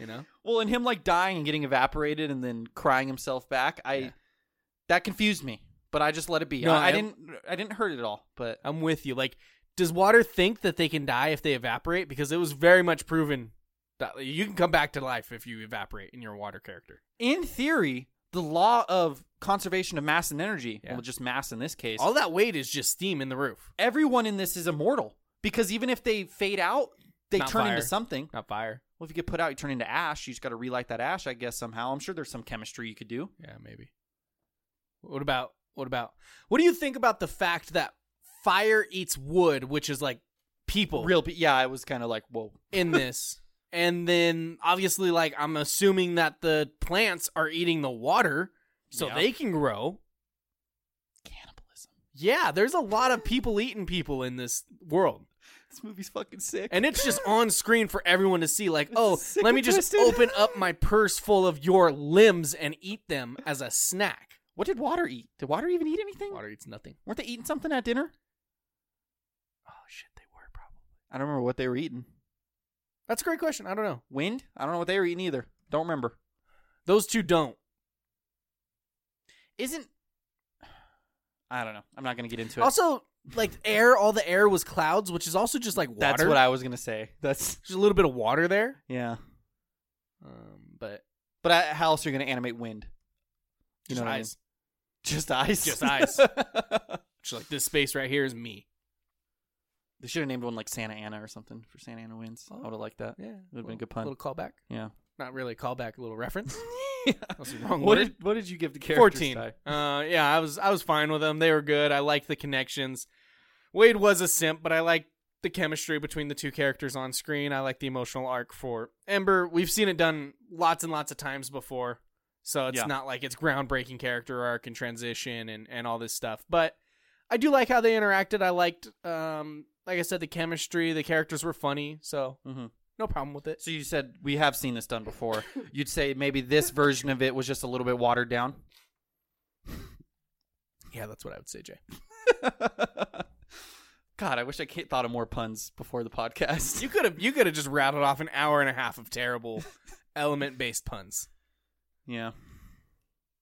Speaker 2: you know?
Speaker 1: well, and him like dying and getting evaporated and then crying himself back. I
Speaker 2: Yeah.
Speaker 1: That confused me, but I just let it be.
Speaker 2: No,
Speaker 1: I, I
Speaker 2: I-
Speaker 1: didn't. I didn't hurt it at all. But
Speaker 2: I'm with you. Like, does water think that they can die if they evaporate? Because it was very much proven that you can come back to life if you evaporate in your water character.
Speaker 1: in theory, the law of conservation of mass and energy,
Speaker 2: Yeah.
Speaker 1: well, just mass in this case,
Speaker 2: All that weight is just steam in the roof,
Speaker 1: everyone in this is immortal because even if they fade out, they
Speaker 2: Not
Speaker 1: turn
Speaker 2: fire.
Speaker 1: into something.
Speaker 2: not fire.
Speaker 1: Well, if you get put out, you turn into ash. You just got to relight that ash, I guess somehow. I'm sure there's some chemistry you could do.
Speaker 2: Yeah, maybe. What about what about what do you think about the fact that fire eats wood, which is like people
Speaker 1: Real, pe- yeah. I was kind of like, whoa.
Speaker 2: in this, and then obviously like I'm assuming that the plants are eating the water so
Speaker 1: Yeah.
Speaker 2: they can grow.
Speaker 1: Cannibalism.
Speaker 2: Yeah, there's a lot of people eating people in this world.
Speaker 1: This movie's fucking sick.
Speaker 2: And it's just on screen for everyone to see, like, oh,
Speaker 1: Sick
Speaker 2: let
Speaker 1: and
Speaker 2: me just
Speaker 1: twisted.
Speaker 2: open up my purse full of your limbs and eat them as a snack.
Speaker 1: what did water eat? Did water even eat anything?
Speaker 2: Water eats nothing.
Speaker 1: Weren't they eating something at dinner?
Speaker 2: Oh shit, they were probably.
Speaker 1: I don't remember what they were eating.
Speaker 2: That's a great question. I don't know.
Speaker 1: Wind? I don't know what they were eating either. Don't remember.
Speaker 2: Those two don't.
Speaker 1: Isn't I don't know. I'm not gonna get into it.
Speaker 2: Also, like air, all the air was clouds, which is also just like water.
Speaker 1: That's what I was gonna say. That's
Speaker 2: There's a little bit of water there.
Speaker 1: yeah.
Speaker 2: Um, but
Speaker 1: But I, how else are you gonna animate wind? You
Speaker 2: Just
Speaker 1: know what I mean?
Speaker 2: eyes.
Speaker 1: Just eyes.
Speaker 2: Just eyes. just like this space right here is me.
Speaker 1: they should have named one like Santa Ana or something for Santa Ana wins. I
Speaker 2: Oh.
Speaker 1: would have liked that.
Speaker 2: Yeah,
Speaker 1: Would've been a good pun.
Speaker 2: Little callback.
Speaker 1: Yeah.
Speaker 2: Not really a callback. A little reference. That's the wrong
Speaker 1: what
Speaker 2: word.
Speaker 1: did what did you give the character?
Speaker 2: Fourteen. Uh, yeah, I was I was fine with them. They were good. I liked the connections. Wade was a simp, but I liked the chemistry between the two characters on screen. I like the emotional arc for Ember. We've seen it done lots and lots of times before, so it's
Speaker 1: Yeah.
Speaker 2: not like it's groundbreaking character arc and transition and and all this stuff. But I do like how they interacted. I liked, um, like I said, the chemistry. The characters were funny, so
Speaker 1: Mm-hmm.
Speaker 2: no problem with it.
Speaker 1: So you said we have seen this done before. You'd say maybe this version of it was just a little bit watered down.
Speaker 2: Yeah, that's what I would say, Jay.
Speaker 1: God, I wish I ca- thought of more puns before the podcast.
Speaker 2: You could have you could have just rattled off an hour and a half of terrible element based puns.
Speaker 1: yeah.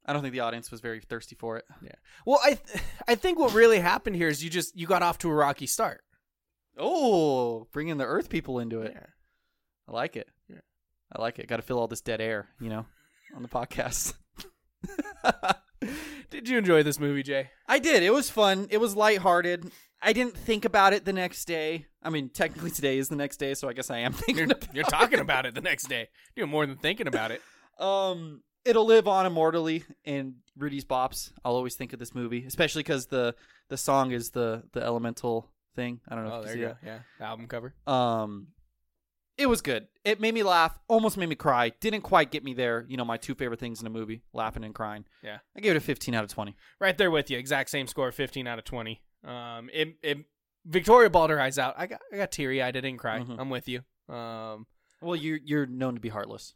Speaker 1: I don't think the audience was very thirsty for it.
Speaker 2: Yeah. Well, I th- I think what really happened here is you just you got off to a rocky start.
Speaker 1: Oh, bringing the Earth people into it.
Speaker 2: Yeah.
Speaker 1: I like it.
Speaker 2: Yeah.
Speaker 1: I like it. Got to fill all this dead air, you know, on the podcast.
Speaker 2: Did you enjoy this movie, Jay?
Speaker 1: I did. It was fun. It was lighthearted. I didn't think about it the next day. I mean, technically today is the next day, so I guess I am thinking
Speaker 2: You're,
Speaker 1: about
Speaker 2: you're talking about it the next day. Doing more than thinking about it.
Speaker 1: um it'll live on immortally in Rudy's bops. I'll always think of this movie, especially cuz the the song is the the elemental thing. I don't know
Speaker 2: Oh,
Speaker 1: if you
Speaker 2: there
Speaker 1: see
Speaker 2: you go. Yeah, the album cover.
Speaker 1: that. Um it was good. It made me laugh, almost made me cry. Didn't quite get me there. You know, my two favorite things in a movie, laughing and crying.
Speaker 2: Yeah.
Speaker 1: I gave it a 15 out of 20.
Speaker 2: Right there with you. Exact same score, fifteen out of twenty. Um, it, it Victoria Balder eyes out. I got I got teary eyed. I didn't cry.
Speaker 1: Mhm.
Speaker 2: I'm with you. Um,
Speaker 1: Well, you you're known to be heartless.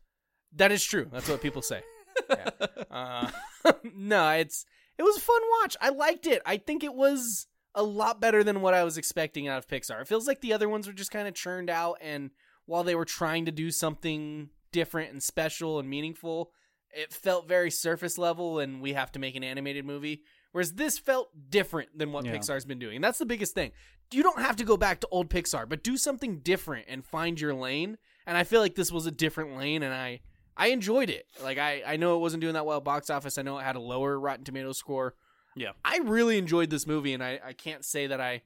Speaker 2: That is true. That's what people say. Yeah. Uh, no, it's it was a fun watch. I liked it. I think it was a lot better than what I was expecting out of Pixar. It feels like the other ones were just kind of churned out, and while they were trying to do something different and special and meaningful, it felt very surface level. And we have to make an animated movie. Whereas this felt different than what
Speaker 1: Yeah.
Speaker 2: Pixar's been doing. And that's the biggest thing. You don't have to go back to old Pixar, but do something different and find your lane. And I feel like this was a different lane, and I I enjoyed it. Like I, I know it wasn't doing that well at box office. I know it had a lower Rotten Tomato score.
Speaker 1: Yeah.
Speaker 2: I really enjoyed this movie, and I, I can't say that I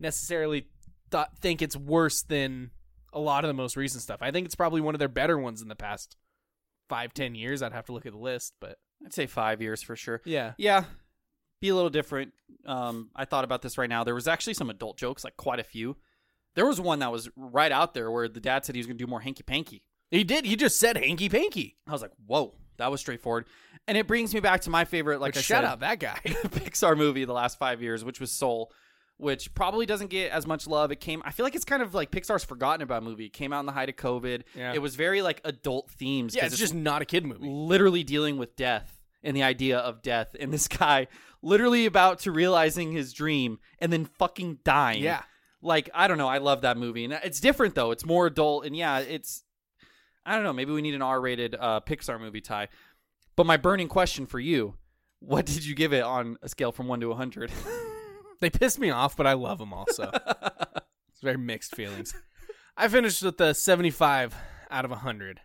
Speaker 2: necessarily thought think it's worse than a lot of the most recent stuff. I think it's probably one of their better ones in the past five, ten years. I'd have to look at the list, but
Speaker 1: I'd say 5 years for sure.
Speaker 2: yeah.
Speaker 1: Yeah. Be a little different. Um, I thought about this right now. There was actually some adult jokes, like quite a few. There was one that was right out there where the dad said he was going to do more hanky panky.
Speaker 2: He did. He just said hanky panky.
Speaker 1: I was like, whoa, that was straightforward. And it brings me back to my favorite, like
Speaker 2: Like
Speaker 1: I said,
Speaker 2: shut up, that guy.
Speaker 1: Pixar movie the last five years, which was Soul, which probably doesn't get as much love. It came, I feel like it's kind of like Pixar's forgotten about movie. It came out in the height of COVID.
Speaker 2: Yeah.
Speaker 1: It was very like adult themes.
Speaker 2: yeah,
Speaker 1: 'cause
Speaker 2: it's just not a kid movie.
Speaker 1: literally dealing with death and the idea of death and this guy literally about to realizing his dream and then fucking dying
Speaker 2: Yeah.
Speaker 1: like i don't know i love that movie and it's different though it's more adult and yeah it's i don't know maybe we need an r-rated uh, pixar movie tie but my burning question for you What did you give it on a scale from one to hundred?
Speaker 2: They piss me off, but I love them also. it's very mixed feelings. I finished with the 75 out of 100.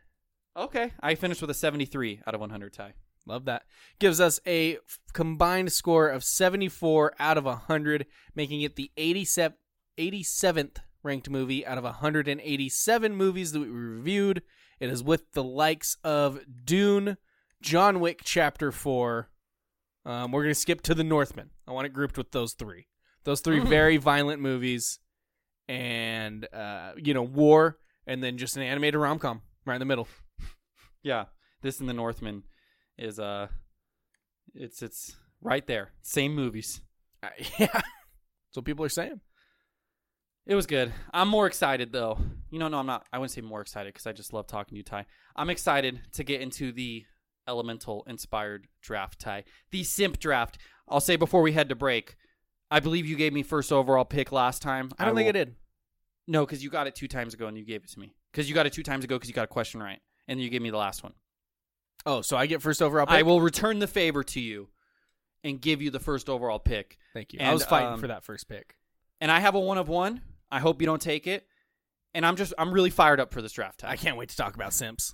Speaker 1: okay, I finished with a seventy-three out of one hundred tie.
Speaker 2: Love that. Gives us a f- combined score of 74 out of 100, making it the 87, 87th ranked movie out of 187 movies that we reviewed. It is with the likes of Dune, John Wick Chapter 4. Um, we're going to skip to The Northman. I want it grouped with those three. Those three very violent movies and, uh, you know, war, and then just an animated rom com right in the middle.
Speaker 1: Yeah, this and the Northman is uh, it's it's right there. Same movies.
Speaker 2: Uh, yeah. That's what people are saying.
Speaker 1: It was good. I'm more excited though. You know, no, I'm not. I wouldn't say more excited because I just love talking to you, Ty. I'm excited to get into the elemental inspired draft, Ty. The simp draft. I'll say before we head to break, I believe you gave me first overall pick last time.
Speaker 2: I don't think
Speaker 1: will-
Speaker 2: I did.
Speaker 1: No, because you got it two times ago and you gave it to me. Because you got it two times ago because you got a question right and you gave me the last one.
Speaker 2: Oh, so I get first overall pick?
Speaker 1: I will return the favor to you and give you the first overall pick.
Speaker 2: Thank you. I
Speaker 1: And,
Speaker 2: was fighting
Speaker 1: um,
Speaker 2: for that first pick.
Speaker 1: And I have a one of one. I hope you don't take it. And I'm just I'm really fired up for this draft. Ty.
Speaker 2: I can't wait to talk about Simps.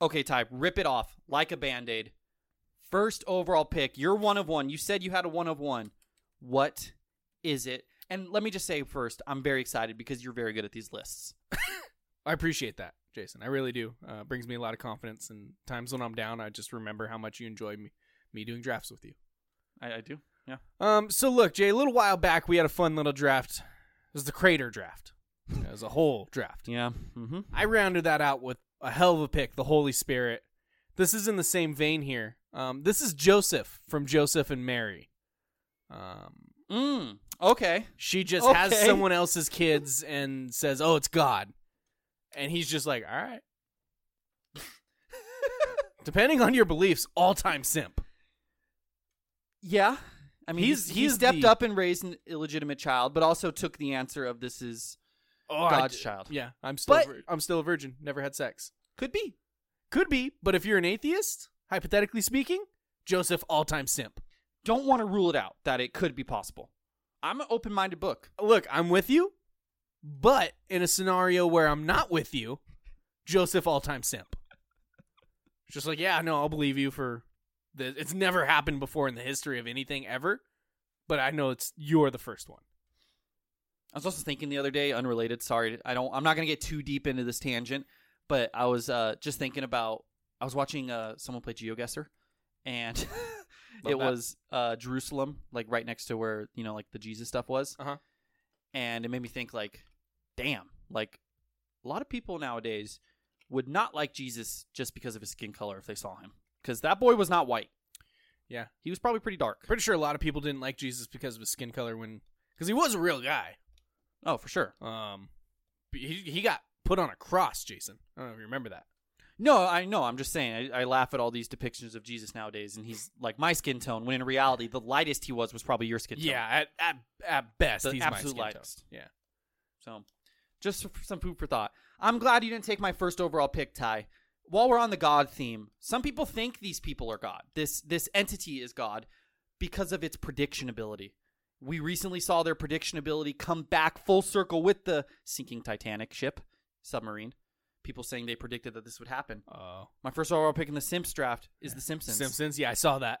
Speaker 1: Okay, Ty, rip it off like a band aid. First overall pick. You're one of one. You said you had a one of one. What is it? And let me just say first, I'm very excited because you're very good at these lists.
Speaker 2: I appreciate that, Jason. I really do. Uh, brings me a lot of confidence. And times when I'm down, I just remember how much you enjoy me, me doing drafts with you.
Speaker 1: I, I do. Yeah.
Speaker 2: Um, so look, Jay, a little while back, we had a fun little draft. It was the Crater draft. It was a whole draft.
Speaker 1: Yeah. Mm-hmm.
Speaker 2: I rounded that out with a hell of a pick, the Holy Spirit. This is in the same vein here. Um, this is Joseph from Joseph and Mary. Um,
Speaker 1: Mm. Okay.
Speaker 2: She just has
Speaker 1: Okay.
Speaker 2: someone else's kids and says, "Oh, it's God," and he's just like, "All right." Depending on your beliefs, all time simp.
Speaker 1: Yeah. I mean,
Speaker 2: He's-
Speaker 1: he's, he
Speaker 2: he's
Speaker 1: stepped
Speaker 2: the-
Speaker 1: up and raised an illegitimate child, but also took the answer of this is
Speaker 2: Oh, I
Speaker 1: God's
Speaker 2: d-
Speaker 1: child.
Speaker 2: Yeah, I'm still
Speaker 1: But-
Speaker 2: a vir- I'm still a virgin. Never had sex.
Speaker 1: could be.
Speaker 2: Could be, but if you're an atheist, hypothetically speaking, Joseph all time simp.
Speaker 1: Don't want to rule it out that it could be possible. I'm an open minded book.
Speaker 2: Look, I'm with you, but in a scenario where I'm not with you, Joseph all time simp. Just like, yeah, no, I'll believe you for the it's never happened before in the history of anything ever, but I know it's you're the first one.
Speaker 1: I was also thinking the other day, unrelated. Sorry, I don't. I'm not gonna get too deep into this tangent, but I was uh, just thinking about. I was watching uh, someone play GeoGuessr, and it
Speaker 2: Love that.
Speaker 1: was uh, Jerusalem, like right next to where you know, like the Jesus stuff was.
Speaker 2: Uh-huh.
Speaker 1: And it made me think, like, damn, like a lot of people nowadays would not like Jesus just because of his skin color if they saw him, because that boy was not white.
Speaker 2: Yeah.
Speaker 1: He was probably pretty dark.
Speaker 2: Pretty sure a lot of people didn't like Jesus because of his skin color when cuz he was a real guy.
Speaker 1: Oh, for sure.
Speaker 2: Um but he he got put on a cross, Jason. I don't know if you remember that.
Speaker 1: No, I know. I'm just saying. I, I laugh at all these depictions of Jesus nowadays, and he's like my skin tone. When in reality, the lightest he was was probably your skin tone.
Speaker 2: Yeah, at at, at best
Speaker 1: The
Speaker 2: he's my
Speaker 1: absolute
Speaker 2: skin tone.
Speaker 1: lightest.
Speaker 2: Yeah.
Speaker 1: So, just for some food for thought. I'm glad you didn't take my first overall pick, Ty. While we're on the God theme, some people think these people are God. This this entity is God because of its prediction ability. We recently saw their prediction ability come back full circle with the sinking Titanic ship submarine. People saying they predicted that this would happen.
Speaker 2: Oh.
Speaker 1: My first overall pick in the Simps draft is the Simpsons.
Speaker 2: Simpsons. Yeah, I saw that.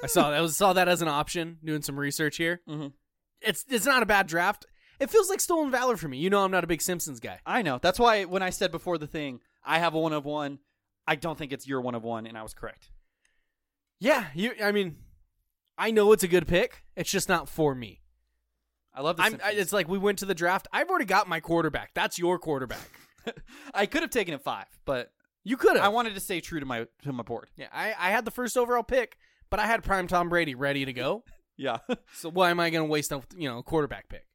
Speaker 2: I saw that. I saw that as an option. Doing some research here.
Speaker 1: Mhm.
Speaker 2: It's it's not a bad draft. It feels like stolen valor for me. You know, I'm not a big Simpsons guy.
Speaker 1: I know. That's why when I said before the thing, I have a one of one. I don't think it's your one of one, and I was correct.
Speaker 2: Yeah, you. I mean, I know it's a good pick. It's just not for me.
Speaker 1: I love the
Speaker 2: I'm. I,
Speaker 1: Simpsons.
Speaker 2: it's like we went to the draft. I've already got my quarterback. That's your quarterback.
Speaker 1: I could have taken it five, but
Speaker 2: You could have.
Speaker 1: I wanted to stay true to my to my board.
Speaker 2: Yeah, I, I had the first overall pick, But I had prime Tom Brady ready to go.
Speaker 1: Yeah.
Speaker 2: So why am I going to waste a you know a quarterback pick?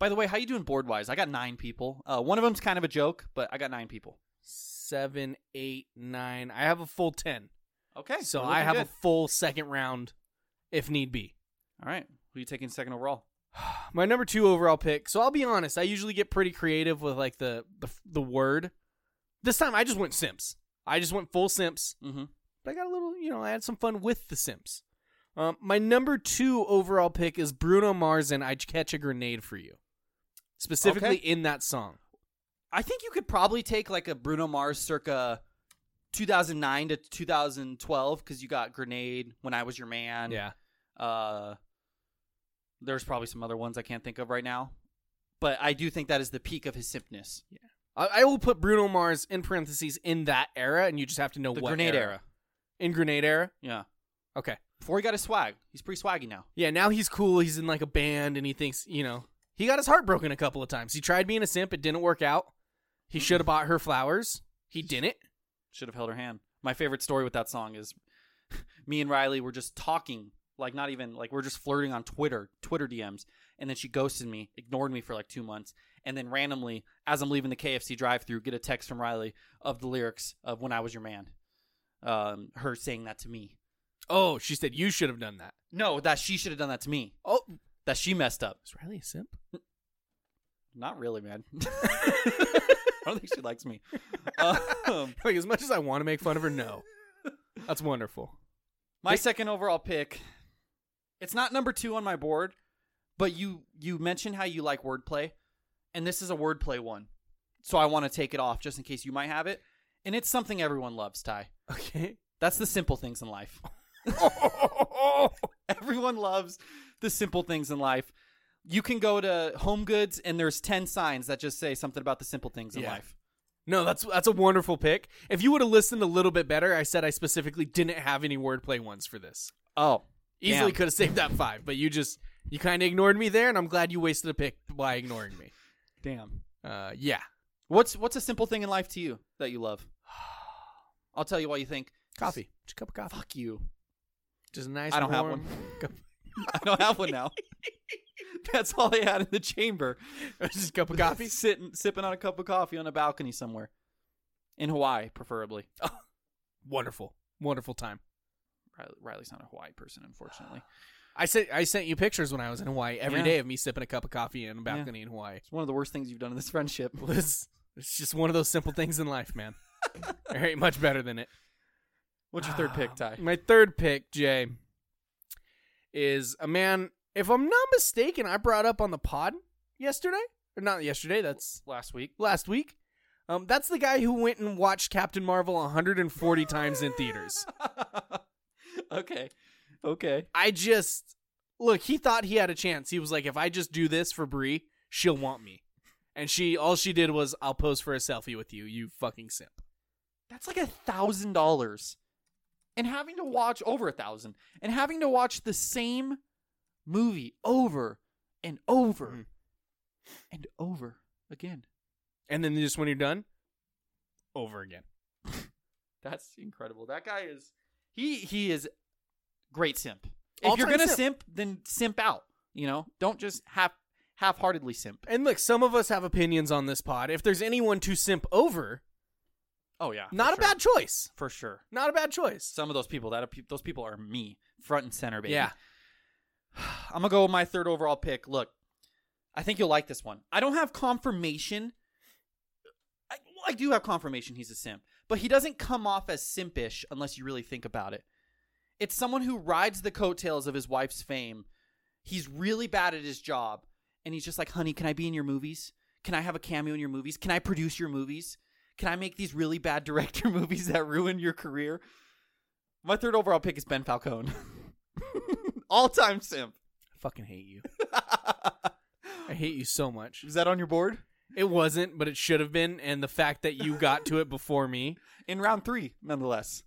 Speaker 1: By the way, how you doing board wise? I got nine people. Uh, one of them's kind of a joke, but I got nine people.
Speaker 2: Seven, eight, nine. I have a full ten.
Speaker 1: Okay.
Speaker 2: so
Speaker 1: we're looking
Speaker 2: I have
Speaker 1: good.
Speaker 2: a full second round, if need be.
Speaker 1: All right. Who you taking second overall?
Speaker 2: My number two overall pick. So I'll be honest. I usually get pretty creative with like the the, the word. This time I just went Simps. I just went full Simps.
Speaker 1: Mm-hmm.
Speaker 2: but I got a little, you know, I had some fun with the Sims. Um, my number two overall pick is Bruno Mars and I'd Catch a Grenade for You, specifically
Speaker 1: Okay.
Speaker 2: in that song.
Speaker 1: I think you could probably take like a Bruno Mars circa 2009 to 2012 because you got Grenade, When I Was Your Man.
Speaker 2: yeah.
Speaker 1: Uh, there's probably some other ones I can't think of right now, but I do think that is the peak of his simpness.
Speaker 2: I, I will put Bruno Mars in parentheses in that era, and you just have to know
Speaker 1: the
Speaker 2: what
Speaker 1: Grenade era.
Speaker 2: In Grenade era?
Speaker 1: Yeah.
Speaker 2: Okay.
Speaker 1: Before he got his swag, he's pretty swaggy now.
Speaker 2: Yeah, now he's cool. He's in like a band, and he thinks, you know, he got his heart broken a couple of times. He tried being a simp, it didn't work out. He should have bought her flowers. He didn't.
Speaker 1: Should have held her hand. My favorite story with that song is me and Riley were just talking, like not even like we're just flirting on Twitter, Twitter DMs, and then she ghosted me, ignored me for like two months, and then randomly, as I'm leaving the KFC drive-through, get a text from Riley of the lyrics of "When I Was Your Man," um, her saying that to me.
Speaker 2: Oh, she said you should have done that.
Speaker 1: No, that she should have done that to me.
Speaker 2: Oh,
Speaker 1: That she messed up.
Speaker 2: is Riley a simp?
Speaker 1: Not really, man. I don't think she likes me. Um,
Speaker 2: like as much as I want to make fun of her, no. That's wonderful.
Speaker 1: My second overall pick. It's not number two on my board, but you you mentioned how you like wordplay, and this is a wordplay one, so I want to take it off just in case you might have it, and it's something everyone loves. Ty,
Speaker 2: Okay.
Speaker 1: that's the simple things in life. Everyone loves the simple things in life. You can go to Home Goods and there's ten signs that just say something about the simple things in
Speaker 2: Yeah.
Speaker 1: life.
Speaker 2: No, that's that's a wonderful pick. If you would have listened a little bit better, I said I specifically didn't have any wordplay ones for this.
Speaker 1: Oh,
Speaker 2: Easily
Speaker 1: Damn.
Speaker 2: could have saved that five, but you just you kind of ignored me there, and I'm glad you wasted a pick by ignoring me.
Speaker 1: damn.
Speaker 2: Uh, yeah,
Speaker 1: What's what's a simple thing in life to you that you love? I'll tell you what you think.
Speaker 2: coffee, just a cup of coffee,
Speaker 1: Fuck you.
Speaker 2: just a nice.
Speaker 1: I don't have
Speaker 2: warm
Speaker 1: one.
Speaker 2: cup-
Speaker 1: I don't have one now. That's all I had in the chamber.
Speaker 2: just a cup of coffee.
Speaker 1: sitting sipping on a cup of coffee on a balcony somewhere in Hawaii, preferably. Oh,
Speaker 2: wonderful, wonderful time.
Speaker 1: Riley, Riley's not a Hawaii person, unfortunately.
Speaker 2: I sent I sent you pictures when I was in Hawaii every
Speaker 1: Yeah.
Speaker 2: day of me sipping a cup of coffee in a balcony in Hawaii.
Speaker 1: It's one of the worst things you've done in this friendship.
Speaker 2: Liz, it's just one of those simple things in life, man. There ain't much better than it.
Speaker 1: What's your third pick, Ty?
Speaker 2: My third pick, Jay, is a man. If I'm not mistaken, I brought up on the pod yesterday, or not yesterday. That's
Speaker 1: Last week.
Speaker 2: last week. Um, that's the guy who went and watched Captain Marvel 140 times in theaters.
Speaker 1: okay. Okay.
Speaker 2: I just look. He thought he had a chance. He was like, if I just do this for Brie, she'll want me. And she, all she did was, I'll pose for a selfie with you. You fucking simp.
Speaker 1: That's like a thousand dollars. And having to watch over a thousand. And having to watch the same movie over and over
Speaker 2: Mm.
Speaker 1: and over again.
Speaker 2: And then just when you're done, over again.
Speaker 1: That's incredible. That guy is he he is great simp. if
Speaker 2: All-time
Speaker 1: you're gonna simp.
Speaker 2: simp.
Speaker 1: then simp out. You know, don't just half half heartedly simp.
Speaker 2: And look, some of us have opinions on this pod. If there's anyone to simp over,
Speaker 1: Oh yeah,
Speaker 2: not a bad choice.
Speaker 1: for sure.
Speaker 2: Not a bad choice.
Speaker 1: Some of those people that are, those people are me, front and center, baby.
Speaker 2: Yeah.
Speaker 1: I'm gonna go with my third overall pick. Look, I think you'll like this one. I don't have confirmation. I, well, I do have confirmation he's a simp, but he doesn't come off as simpish unless you really think about it. It's someone who rides the coattails of his wife's fame. He's really bad at his job, and he's just like, "Honey, can I be in your movies? Can I have a cameo in your movies? Can I produce your movies? Can I make these really bad director movies that ruin your career?" My third overall pick is Ben Falcone, all-time simp.
Speaker 2: I fucking hate you. I hate you so much.
Speaker 1: Is that on your board?
Speaker 2: It wasn't, but it should have been. And the fact that you got to it before me,
Speaker 1: In round three, nonetheless.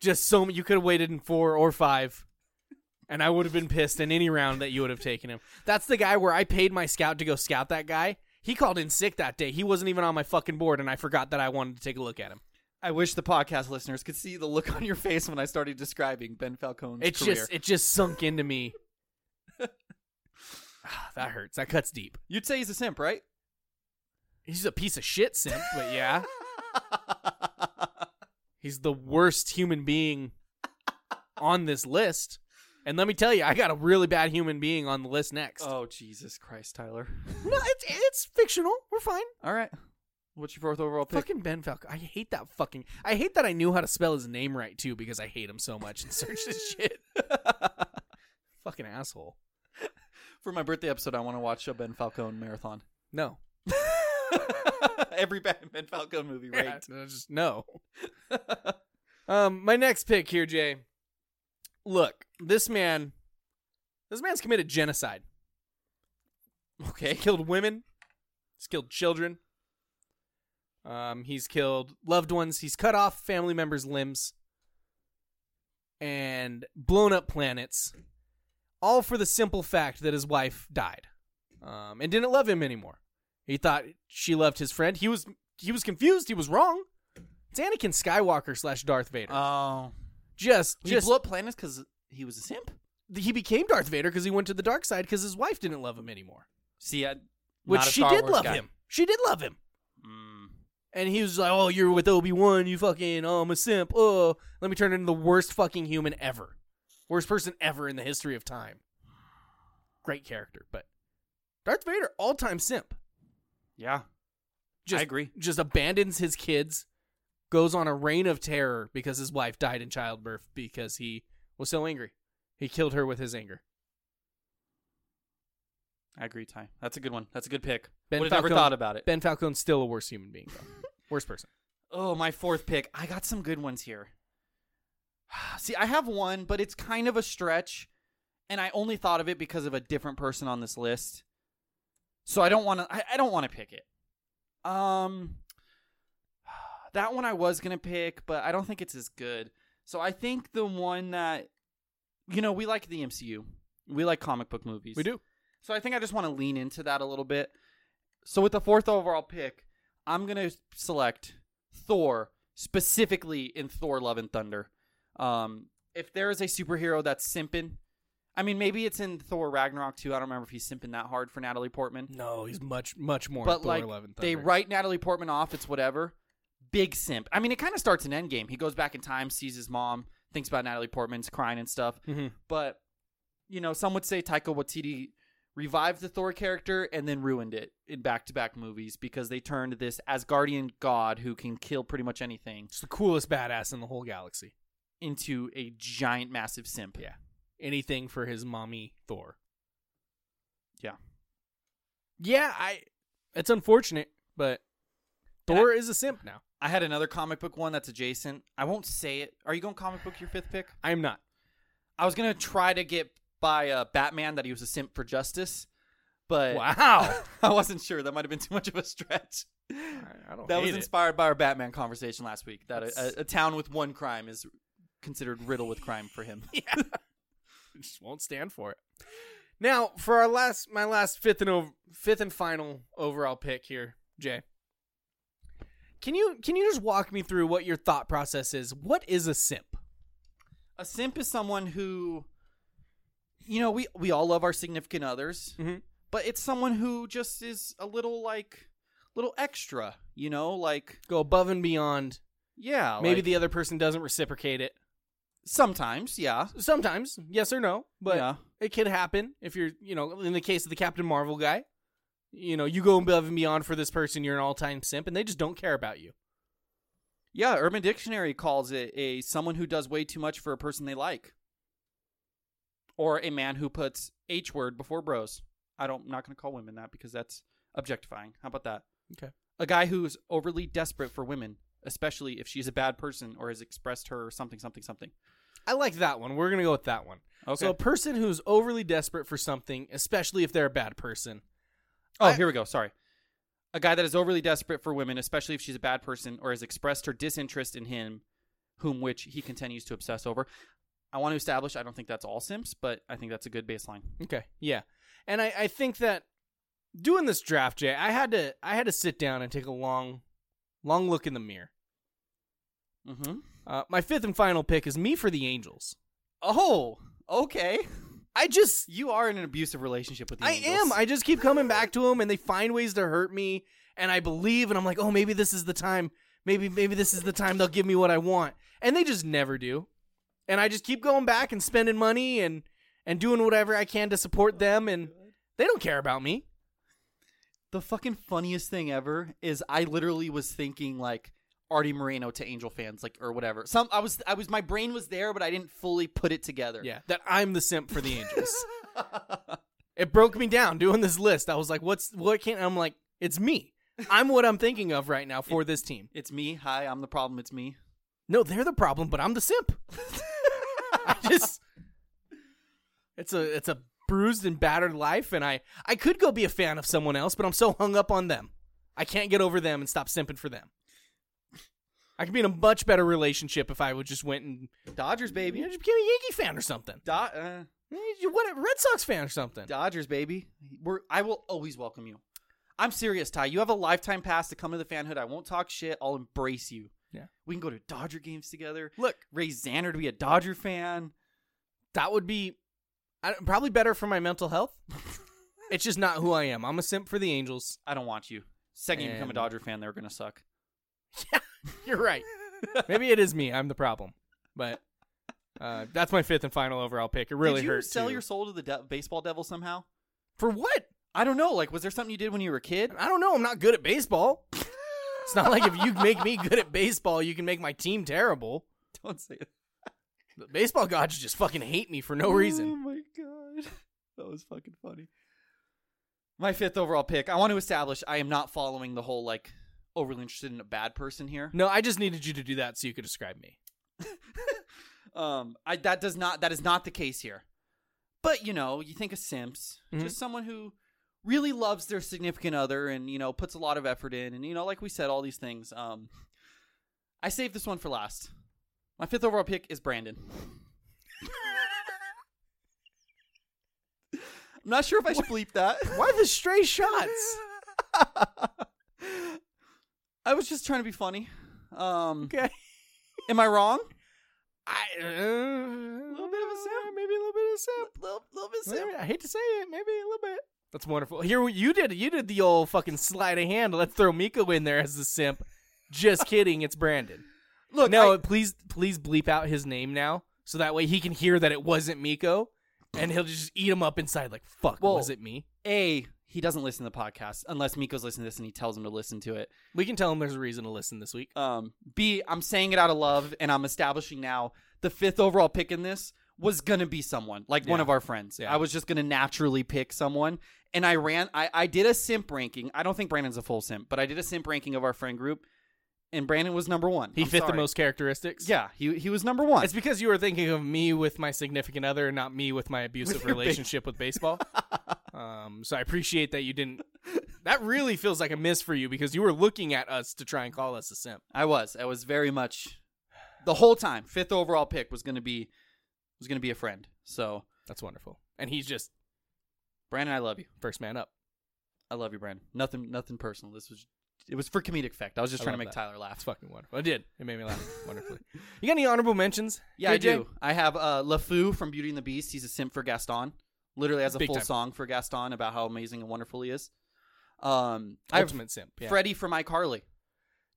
Speaker 2: just so you could have waited in four or five, and I would have been pissed in any round that you would have taken him. That's the guy where I paid my scout to go scout that guy. He called in sick that day. He wasn't even on my fucking board, and I forgot that I wanted to take a look at him.
Speaker 1: I wish the podcast listeners could see the look on your face when I started describing Ben Falcone's
Speaker 2: It's
Speaker 1: career.
Speaker 2: just it just sunk into me. Ah, that hurts. That cuts deep.
Speaker 1: You'd say he's a simp, right?
Speaker 2: He's a piece of shit simp, but yeah, he's the worst human being on this list. And let me tell you, I got a really bad human being on the list next.
Speaker 1: oh Jesus Christ, Tyler!
Speaker 2: no, it's it's fictional. We're fine.
Speaker 1: All right, what's your fourth overall pick?
Speaker 2: Fucking Ben Falcon. I hate that fucking. I hate that I knew how to spell his name right too because I hate him so much and searched his shit. fucking asshole.
Speaker 1: For my birthday episode, I want to watch a Ben Falcone marathon.
Speaker 2: No.
Speaker 1: Every Ben Ben Falcone movie,
Speaker 2: Yeah,
Speaker 1: right?
Speaker 2: no, just no. um, my next pick here, Jay. Look, this man, this man's committed genocide.
Speaker 1: Okay.
Speaker 2: He's killed women. He's killed children. Um, he's killed loved ones. He's cut off family members' limbs and blown up planets, all for the simple fact that his wife died um, and didn't love him anymore. He thought she loved his friend. He was he was confused. He was wrong. It's Anakin Skywalker slash Darth Vader.
Speaker 1: Oh,
Speaker 2: just
Speaker 1: he
Speaker 2: just
Speaker 1: blew up planets because he was a simp.
Speaker 2: he became Darth Vader because he went to the dark side because his wife didn't love him anymore.
Speaker 1: See, I,
Speaker 2: Which
Speaker 1: not a
Speaker 2: she
Speaker 1: Star
Speaker 2: did
Speaker 1: Wars
Speaker 2: love
Speaker 1: guy.
Speaker 2: him. She did love him.
Speaker 1: Mm.
Speaker 2: And he was like, "Oh, you're with Obi Wan. You fucking, oh, I'm a simp. Oh, let me turn into the worst fucking human ever, worst person ever in the history of time." Great character, but Darth Vader, all time simp.
Speaker 1: Yeah,
Speaker 2: Just,
Speaker 1: I agree.
Speaker 2: Just abandons his kids, goes on a reign of terror because his wife died in childbirth because he was so angry. He killed her with his anger.
Speaker 1: I agree, Ty. That's a good one. That's a good pick.
Speaker 2: Ben
Speaker 1: Would have
Speaker 2: Falcone,
Speaker 1: never thought about it.
Speaker 2: Ben Falcone's still a worse human being, though. worst person.
Speaker 1: Oh, my fourth pick. I got some good ones here. See, I have one, but it's kind of a stretch, and I only thought of it because of a different person on this list. So I don't want to. I, I don't want to pick it. Um, that one I was gonna pick, but I don't think it's as good. So I think the one that, you know, we like the MCU, we like comic book movies,
Speaker 2: We do.
Speaker 1: so I think I just want to lean into that a little bit. So with the fourth overall pick, I'm gonna select Thor specifically in Thor: Love and Thunder. Um, if there is a superhero that's simping, I mean maybe it's in Thor: Ragnarok too. I don't remember if he's simping that hard for Natalie Portman,
Speaker 2: No, he's much, much more.
Speaker 1: but
Speaker 2: Thor
Speaker 1: like
Speaker 2: 11
Speaker 1: they
Speaker 2: Thunder.
Speaker 1: write Natalie Portman off. It's whatever. Big simp. I mean, it kind of starts in Endgame. He goes back in time, sees his mom, thinks about Natalie Portman's crying and stuff
Speaker 2: Mhm.
Speaker 1: but you know, some would say Taika Waititi revived the Thor character and then ruined it in back-to-back movies because they turned this Asgardian god who can kill pretty much anything
Speaker 2: It's the coolest badass in the whole galaxy.
Speaker 1: into a giant, massive simp.
Speaker 2: Yeah. Anything for his mommy Thor.
Speaker 1: Yeah.
Speaker 2: Yeah, I it's unfortunate, but
Speaker 1: And
Speaker 2: Thor is a simp now.
Speaker 1: I had another comic book one that's adjacent. I won't say it. Are you going comic book your fifth pick?
Speaker 2: I'm not.
Speaker 1: I was gonna try to get by uh, Batman that he was a simp for justice, but
Speaker 2: Wow.
Speaker 1: I wasn't sure. That might have been too much of a stretch.
Speaker 2: I don't
Speaker 1: that was
Speaker 2: hate it.
Speaker 1: inspired by our Batman conversation last week. That
Speaker 2: That's-
Speaker 1: a, a, a town with one crime is considered riddled with crime for him.
Speaker 2: yeah. Just won't stand for it. Now, for our last my last fifth and over, fifth and final overall pick here, Jay. Can you can you just walk me through what your thought process is? What is a simp?
Speaker 1: a simp is someone who, you know, we we all love our significant others,
Speaker 2: Mhm.
Speaker 1: but it's someone who just is a little like little extra, you know, like
Speaker 2: Go above and beyond.
Speaker 1: yeah,
Speaker 2: Maybe
Speaker 1: like-
Speaker 2: the other person doesn't reciprocate it.
Speaker 1: sometimes, yeah,
Speaker 2: Sometimes, yes or no, but
Speaker 1: Yeah.
Speaker 2: it could happen if you're, you know, in the case of the Captain Marvel guy, you know, you go above and beyond for this person, you're an all-time simp, and they just don't care about you.
Speaker 1: yeah. Urban Dictionary calls it a someone who does way too much for a person they like, or a man who puts H word before bros. I don't, I'm not going to call women that because that's objectifying. How about that?
Speaker 2: Okay.
Speaker 1: a guy who's overly desperate for women, especially if she's a bad person or has expressed her something, something, something.
Speaker 2: I like that one. We're gonna go with that one.
Speaker 1: Okay.
Speaker 2: So a person who's overly desperate for something, especially if they're a bad person.
Speaker 1: oh,
Speaker 2: I-
Speaker 1: here we go. Sorry. A guy that is overly desperate for women, especially if she's a bad person or has expressed her disinterest in him, whom which he continues to obsess over. I want to establish I don't think that's all simps, but I think that's a good baseline.
Speaker 2: Okay. Yeah. And I, I think that doing this draft, Jay, I had to I had to sit down and take a long long look in the mirror.
Speaker 1: Mm-hmm.
Speaker 2: Uh, my fifth and final pick is me for the Angels.
Speaker 1: Oh, okay.
Speaker 2: I just,
Speaker 1: You are in an abusive relationship with the
Speaker 2: I
Speaker 1: Angels.
Speaker 2: am. I just keep coming back to them, and they find ways to hurt me, and I believe, and I'm like, oh, maybe this is the time. Maybe, maybe this is the time they'll give me what I want, and they just never do. And I just keep going back and spending money and and doing whatever I can to support them, and they don't care about me.
Speaker 1: the fucking funniest thing ever is I literally was thinking like Artie Moreno to Angel fans, like or whatever. Some I was I was my brain was there, but I didn't fully put it together.
Speaker 2: Yeah, that I'm the simp for the Angels. it broke me down doing this list. I was like, what's what can't? I'm like, it's me. I'm what I'm thinking of right now for this team.
Speaker 1: It's me. Hi, I'm the problem. It's me.
Speaker 2: No, they're the problem, but I'm the simp. I just it's a it's a bruised and battered life, and I I could go be a fan of someone else, but I'm so hung up on them, I can't get over them and stop simping for them. I could be in a much better relationship if I would just went and
Speaker 1: Dodgers,
Speaker 2: maybe
Speaker 1: baby.
Speaker 2: just became a Yankee fan or something,
Speaker 1: Do- uh,
Speaker 2: Eh, you- whatever Red Sox fan or something.
Speaker 1: Dodgers, baby. We're I will always welcome you. I'm serious, Ty. You have a lifetime pass to come to the fanhood. I won't talk shit. I'll embrace you.
Speaker 2: Yeah.
Speaker 1: We can go to Dodger games together.
Speaker 2: Look,
Speaker 1: Raise Xander to be a Dodger fan.
Speaker 2: that would be I, probably better for my mental health. it's just not who I am. I'm a simp for the Angels.
Speaker 1: I don't want you. Second you become a
Speaker 2: And-
Speaker 1: Dodger fan, they're gonna suck.
Speaker 2: You're right. Maybe it is me. I'm the problem. But uh, that's my fifth and final overall pick. It really
Speaker 1: Did you
Speaker 2: hurts.
Speaker 1: sell your soul to the de- baseball devil somehow?
Speaker 2: for what?
Speaker 1: I don't know. Like, was there something you did when you were a kid?
Speaker 2: I don't know. I'm not good at baseball. it's not like if you make me good at baseball, you can make my team terrible.
Speaker 1: Don't say that.
Speaker 2: The baseball gods just fucking hate me for no reason.
Speaker 1: Oh my god, that was fucking funny. My fifth overall pick. I want to establish I am not following the whole like overly interested in a bad person here.
Speaker 2: No, I just needed you to do that so you could describe me.
Speaker 1: Um, I that does not that is not the case here. But you know, you think of Simps,
Speaker 2: Mhm.
Speaker 1: just someone who really loves their significant other and you know puts a lot of effort in, and you know, like we said, all these things. Um, I saved this one for last. My fifth overall pick is Brandon. I'm not sure if I should bleep that.
Speaker 2: Why the stray shots?
Speaker 1: I was just trying to be funny. Um,
Speaker 2: Okay.
Speaker 1: Am I wrong?
Speaker 2: I, uh, a
Speaker 1: little bit of a simp.
Speaker 2: maybe a little bit of a simp.
Speaker 1: uh, Little, little bit
Speaker 2: Maybe- I hate to say it, maybe a little bit. That's wonderful. Here we- you did you did the old fucking sleight of hand. Let's throw Miko in there as the simp. Just kidding, it's Brandon.
Speaker 1: Look,
Speaker 2: no,
Speaker 1: I-
Speaker 2: please please bleep out his name now, so that way he can hear that it wasn't Miko, and he'll just eat him up inside. Like fuck,
Speaker 1: Well-
Speaker 2: was it me?
Speaker 1: A, he doesn't listen to the podcast unless Miko's listening to this and he tells him to listen to it.
Speaker 2: We can tell him there's a reason to listen this week.
Speaker 1: Um, B, I'm saying it out of love and I'm establishing now the fifth overall pick in this was gonna be someone like one
Speaker 2: Yeah.
Speaker 1: of our friends.
Speaker 2: Yeah.
Speaker 1: I was just gonna naturally pick someone, and I ran. I I did a simp ranking. I don't think Brandon's a full simp, but I did a simp ranking of our friend group, and Brandon was number one.
Speaker 2: He
Speaker 1: I'm
Speaker 2: fit the
Speaker 1: sorry.
Speaker 2: most characteristics.
Speaker 1: Yeah, he he was number one.
Speaker 2: It's because you were thinking of me with my significant other and not me with my abusive
Speaker 1: your
Speaker 2: relationship with baseball. um, so I appreciate that you didn't. That really feels like a miss for you because you were looking at us to try and call us a simp.
Speaker 1: I was. I was very much the whole time. Fifth overall pick was gonna be was gonna be a friend. So
Speaker 2: That's wonderful. And he's just
Speaker 1: Brandon, I love you.
Speaker 2: first man up.
Speaker 1: I love you, Brandon. Nothing, nothing personal. This was, it was for comedic effect. I was just
Speaker 2: I
Speaker 1: trying to
Speaker 2: love
Speaker 1: make
Speaker 2: that.
Speaker 1: Tyler
Speaker 2: That's
Speaker 1: laugh.
Speaker 2: fucking wonderful. It did. It made me laugh wonderfully. You got any honorable mentions?
Speaker 1: Yeah, I
Speaker 2: KJ?
Speaker 1: do. I have uh, LeFou from Beauty and the Beast. He's a simp for Gaston. Literally has a
Speaker 2: Big
Speaker 1: full
Speaker 2: time.
Speaker 1: song for Gaston about how amazing and wonderful he is. Um, I have
Speaker 2: Ultimate simp. Yeah.
Speaker 1: Freddie from iCarly.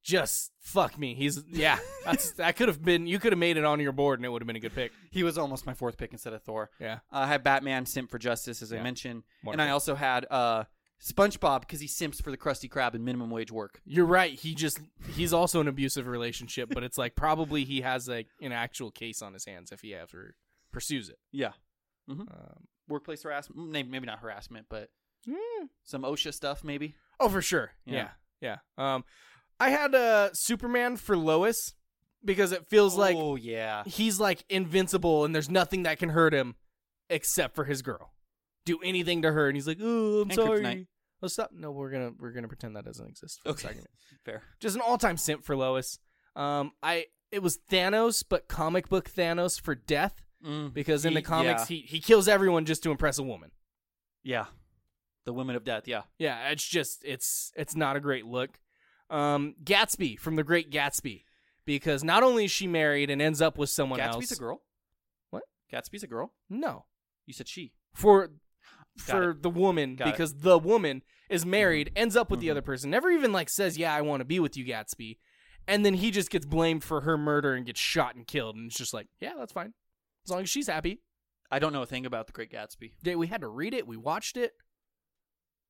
Speaker 2: just fuck me. He's yeah. That's that could have been. You could have made it on your board and it would have been a good pick.
Speaker 1: He was almost my fourth pick instead of Thor.
Speaker 2: Yeah.
Speaker 1: Uh, I had Batman simp for Justice, as I
Speaker 2: Yeah.
Speaker 1: mentioned, and I
Speaker 2: Wonderful.
Speaker 1: also had uh, SpongeBob because he simps for the Krusty Krab and minimum wage work.
Speaker 2: You're right. He just he's also an abusive relationship, but it's like probably he has like an actual case on his hands if he ever pursues it.
Speaker 1: Yeah,
Speaker 2: Um,
Speaker 1: workplace harassment. Maybe maybe not harassment, but some OSHA stuff. Maybe.
Speaker 2: Oh, for sure.
Speaker 1: Yeah.
Speaker 2: Yeah. yeah, Um, I had uh, Superman for Lois because it feels like
Speaker 1: oh yeah.
Speaker 2: he's like invincible and there's nothing that can hurt him except for his girl. Do anything to her, and he's like, "Oh, I'm
Speaker 1: And kryptonite.
Speaker 2: sorry." Oh, stop! No, we're gonna we're gonna pretend that doesn't exist for a
Speaker 1: Okay.
Speaker 2: second.
Speaker 1: Fair.
Speaker 2: just an all-time simp for Lois. Um, I it was Thanos, but comic book Thanos for death
Speaker 1: Mm,
Speaker 2: because in
Speaker 1: he-
Speaker 2: the comics
Speaker 1: yeah.
Speaker 2: he he kills everyone just to impress a woman.
Speaker 1: yeah, the women of death. Yeah,
Speaker 2: Yeah, it's just it's it's not a great look. Um, Gatsby from The Great Gatsby because not only is she married and ends up with someone
Speaker 1: Gatsby's
Speaker 2: else.
Speaker 1: a girl.
Speaker 2: What?
Speaker 1: Gatsby's a girl.
Speaker 2: No,
Speaker 1: You said she.
Speaker 2: for
Speaker 1: Got
Speaker 2: for
Speaker 1: it.
Speaker 2: the woman
Speaker 1: Got it. Mm-hmm.
Speaker 2: because the woman is married, ends up with the
Speaker 1: Mhm.
Speaker 2: other person, never even like says, "Yeah, I want to be with you, Gatsby," and then he just gets blamed for her murder and gets shot and killed, and it's just like, "Yeah, that's fine, as long as she's happy."
Speaker 1: I don't know a thing about the Great Gatsby.
Speaker 2: Yeah, we had to read it. We watched it.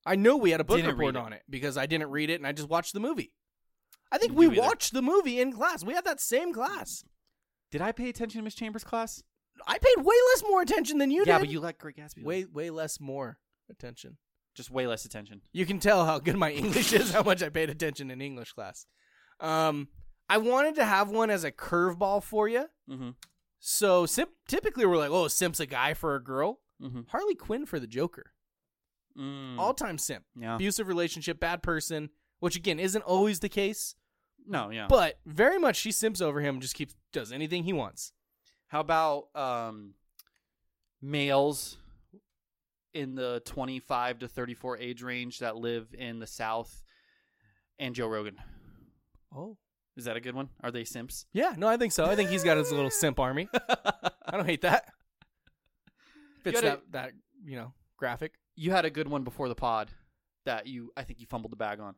Speaker 2: I know we had a book
Speaker 1: Didn't
Speaker 2: report
Speaker 1: read it.
Speaker 2: on it because I didn't read it and I just watched the movie. I think
Speaker 1: Didn't
Speaker 2: we
Speaker 1: do either.
Speaker 2: watched the movie in class. We had that same class.
Speaker 1: Did I pay attention to Miss Chambers' class?
Speaker 2: I paid way less more attention than you
Speaker 1: yeah,
Speaker 2: did.
Speaker 1: but you like Great Gatsby.
Speaker 2: way way less more attention.
Speaker 1: just way less attention.
Speaker 2: You can tell how good my English is, how much I paid attention in English class. Um, I wanted to have one as a curveball for you.
Speaker 1: Mm-hmm.
Speaker 2: So simp- typically we're like, oh, simp's a guy for a girl.
Speaker 1: Mm-hmm.
Speaker 2: Harley Quinn for the Joker,
Speaker 1: Mm.
Speaker 2: all time simp,
Speaker 1: Yeah.
Speaker 2: abusive relationship, bad person, which again isn't always the case,
Speaker 1: no, yeah.
Speaker 2: but very much she simps over him, and just keeps does anything he wants.
Speaker 1: How about um, males in the 25 to 34 age range that live in the South and Joe Rogan?
Speaker 2: Oh,
Speaker 1: Is that a good one? Are they simps?
Speaker 2: yeah, no, I think so. I think he's got his little simp army. I don't hate that. Fits
Speaker 1: gotta-
Speaker 2: that that you know graphic.
Speaker 1: You had a good one before the pod that you, I think you fumbled the bag on.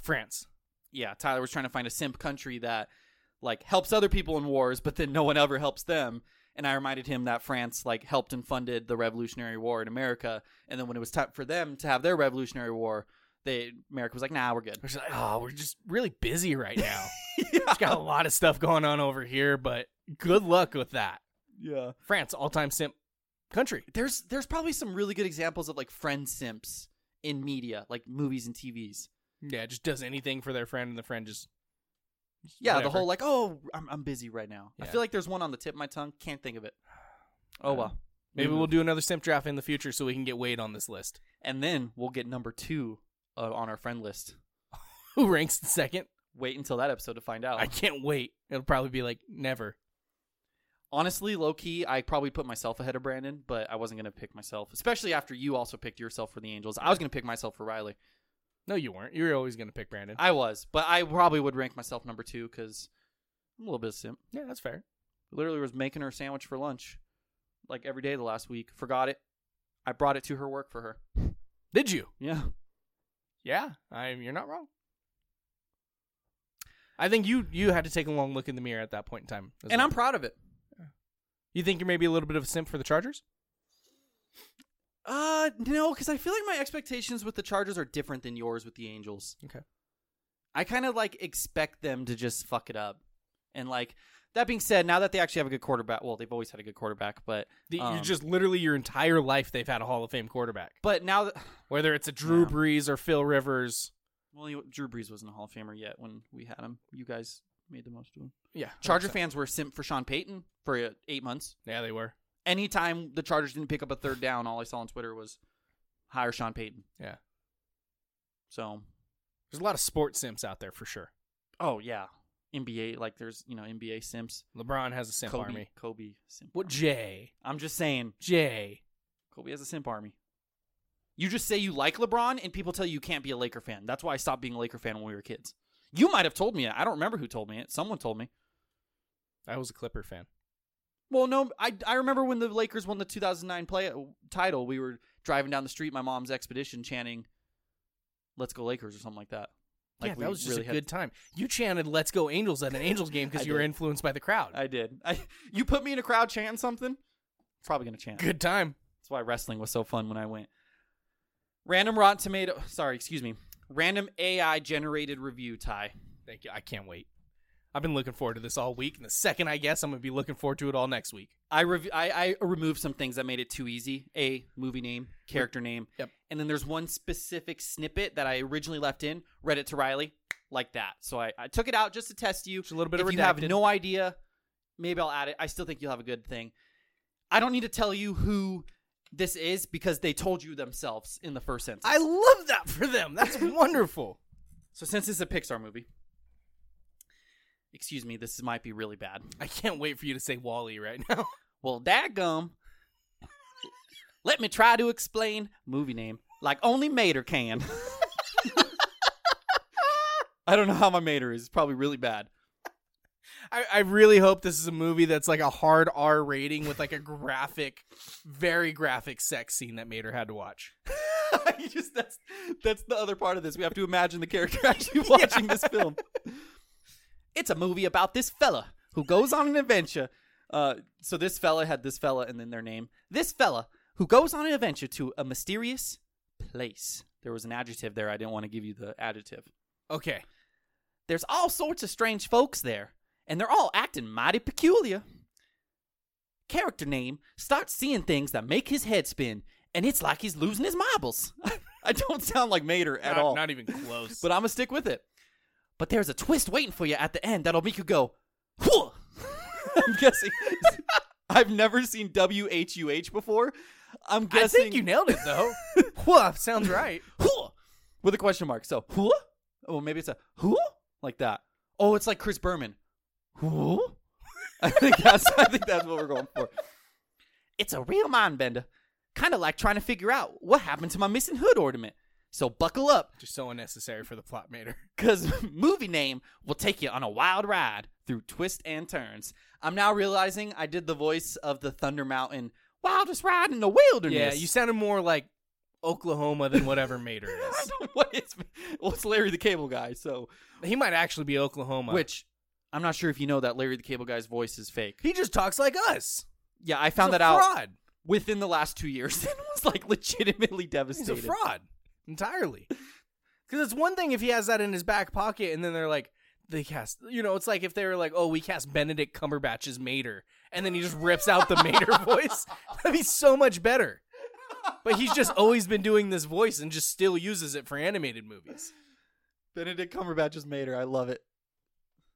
Speaker 2: France.
Speaker 1: Yeah, Tyler was trying to find a simp country that like helps other people in wars, but then no one ever helps them. And I reminded him that France like helped and funded the Revolutionary War in America, and then when it was time for them to have their Revolutionary War, they America was like, "Nah, we're good."
Speaker 2: We're just like, oh, we're just really busy right now. It's got a lot of stuff going on over here, but good luck with that.
Speaker 1: Yeah.
Speaker 2: France, all time simp country.
Speaker 1: there's there's probably some really good examples of like friend simps in media, like movies and TVs.
Speaker 2: Yeah, just does anything for their friend, and the friend just.
Speaker 1: Yeah, the
Speaker 2: whatever.
Speaker 1: whole like, oh, I'm I'm busy right now. I
Speaker 2: Yeah.
Speaker 1: feel like there's one on the tip of my tongue. Can't think of it. Oh well.
Speaker 2: uh, Maybe we'll do another simp draft in the future so we can get Wade on this list.
Speaker 1: And then we'll get number two uh, on our friend list.
Speaker 2: Who ranks the second?
Speaker 1: Wait until that episode to find out.
Speaker 2: I can't wait. It'll probably be like never.
Speaker 1: Honestly, low key, I probably put myself ahead of Brandon, but I wasn't gonna pick myself, especially after you also picked yourself for the Angels. I was gonna pick myself for Riley.
Speaker 2: No, you weren't. You were always going to pick Brandon.
Speaker 1: I was, but I probably would rank myself number two because I'm a little bit of a simp.
Speaker 2: yeah, that's fair.
Speaker 1: literally was making her a sandwich for lunch like every day the last week forgot it i brought it to her work for her
Speaker 2: Did you?
Speaker 1: yeah
Speaker 2: Yeah, I you're not wrong. I think you you had to take a long look in the mirror at that point in time. as
Speaker 1: and
Speaker 2: well.
Speaker 1: i'm proud of it
Speaker 2: You think you're maybe a little bit of a simp for the Chargers?
Speaker 1: uh no because i feel like my expectations with the chargers are different than yours with the angels
Speaker 2: Okay.
Speaker 1: i kind of like expect them to just fuck it up and like that being said now that they actually have a good quarterback well they've always had a good quarterback but
Speaker 2: The,
Speaker 1: um,
Speaker 2: you just literally your entire life they've had a Hall of Fame quarterback.
Speaker 1: but now that
Speaker 2: Whether it's a Drew
Speaker 1: Yeah.
Speaker 2: Brees or Phil Rivers.
Speaker 1: well you- drew brees wasn't a hall of famer yet when we had him you guys made the most of him
Speaker 2: Yeah.
Speaker 1: charger fans were simp for sean payton for uh, eight months
Speaker 2: Yeah, they were.
Speaker 1: anytime the Chargers didn't pick up a third down, all I saw on Twitter was hire Sean Payton.
Speaker 2: Yeah.
Speaker 1: So,
Speaker 2: There's a lot of sports simps out there for sure.
Speaker 1: oh yeah, NBA like there's you know NBA Simps,
Speaker 2: LeBron has a simp
Speaker 1: Kobe,
Speaker 2: army.
Speaker 1: Kobe Simp.
Speaker 2: What
Speaker 1: army.
Speaker 2: Jay?
Speaker 1: I'm just saying,
Speaker 2: Jay.
Speaker 1: Kobe has a Simp army. You just say you like LeBron, and people tell you you can't be a Laker fan. That's why I stopped being a Laker fan when we were kids. You might have told me it. I don't remember who told me it. Someone told me.
Speaker 2: I was a Clipper fan.
Speaker 1: Well, no, I, I remember when the Lakers won the 2009 play uh, title. We were driving down the street, my mom's expedition, chanting "Let's go Lakers" or something like that. Like
Speaker 2: yeah,
Speaker 1: we
Speaker 2: that was just
Speaker 1: really
Speaker 2: a
Speaker 1: had-
Speaker 2: good time. You chanted "Let's go Angels" at an Angels game
Speaker 1: I
Speaker 2: because you were
Speaker 1: did.
Speaker 2: influenced by the crowd.
Speaker 1: I did. I you put me in a crowd chanting something. Probably gonna chant.
Speaker 2: Good time.
Speaker 1: That's why wrestling was so fun when I went. Random Rotten Tomato. Sorry, excuse me. Random AI generated review tie.
Speaker 2: Thank you. I can't wait. I've been looking forward to this all week, and the second I guess, I'm gonna be looking forward to it all next week.
Speaker 1: I, rev- I I removed some things that made it too easy. A movie name, character name.
Speaker 2: Yep.
Speaker 1: And then there's one specific snippet that I originally left in, read it to Riley like that. So I, I took it out just to test you.
Speaker 2: Just a little bit
Speaker 1: if
Speaker 2: of
Speaker 1: you have
Speaker 2: redacted.
Speaker 1: no idea, maybe I'll add it. I still think you'll have a good thing. I don't need to tell you who this is because they told you themselves in the first sentence.
Speaker 2: I love that for them. That's wonderful.
Speaker 1: so since it's a Pixar movie, excuse me, this might be really bad.
Speaker 2: I can't wait for you to say Wally right now.
Speaker 1: Well, daggum. Let me try to explain movie name like only Mater can. I don't know how my Mater is. It's probably really bad.
Speaker 2: I, I really hope this is a movie that's like a hard R rating with like a graphic, very graphic sex scene that Mater had to watch.
Speaker 1: you just that's that's the other part of this. We have to imagine the character actually watching this film. It's a movie about this fella who goes on an adventure. Uh, so this fella had this fella and then their name. This fella who goes on an adventure to a mysterious place. There was an adjective there. I didn't want to give you the adjective.
Speaker 2: Okay.
Speaker 1: There's all sorts of strange folks there, and they're all acting mighty peculiar. Character name starts seeing things that make his head spin, and it's like he's losing his marbles. I don't sound like Mater at
Speaker 2: not,
Speaker 1: all,
Speaker 2: not e- even close.
Speaker 1: but I'm gonna stick with it. But there's a twist waiting for you at the end that'll make you go, "Whoa!" I'm guessing. I've never seen W H U H before. I'm
Speaker 2: I
Speaker 1: guessing
Speaker 2: think you nailed it though. Whoa, sounds right.
Speaker 1: "Huh," with a question mark. So, huh? Oh, maybe it's a huh? Like that. Oh, it's like Chris Berman. Huh? I think that's I think that's what we're going for. It's a real mind bender. Kind of like trying to figure out what happened to my missing hood ornament. So buckle up,
Speaker 2: Just so unnecessary for the plot Mater.
Speaker 1: cause movie name will take you on a wild ride through twists and turns. I'm now realizing I did the voice of the Thunder Mountain wildest ride in the wilderness.
Speaker 2: Yeah, you sounded more like Oklahoma than whatever Mater
Speaker 1: I
Speaker 2: is.
Speaker 1: don't- what is well, it's Larry the Cable Guy, so
Speaker 2: He might actually be Oklahoma.
Speaker 1: Which I'm not sure if you know that Larry the Cable Guy's voice is fake.
Speaker 2: he just talks like us.
Speaker 1: Yeah, I
Speaker 2: He's
Speaker 1: found
Speaker 2: a
Speaker 1: that out
Speaker 2: fraud.
Speaker 1: within the last two years and was like legitimately
Speaker 2: He's a
Speaker 1: devastated.
Speaker 2: fraud entirely. Because it's one thing if he has that in his back pocket, and then they're like, they cast, you know, it's like if they were like, oh, we cast Benedict Cumberbatch's Mater, and then he just rips out the Mater voice. That'd be so much better. But he's just always been doing this voice and just still uses it for animated movies.
Speaker 1: Benedict Cumberbatch is Mater. I love it.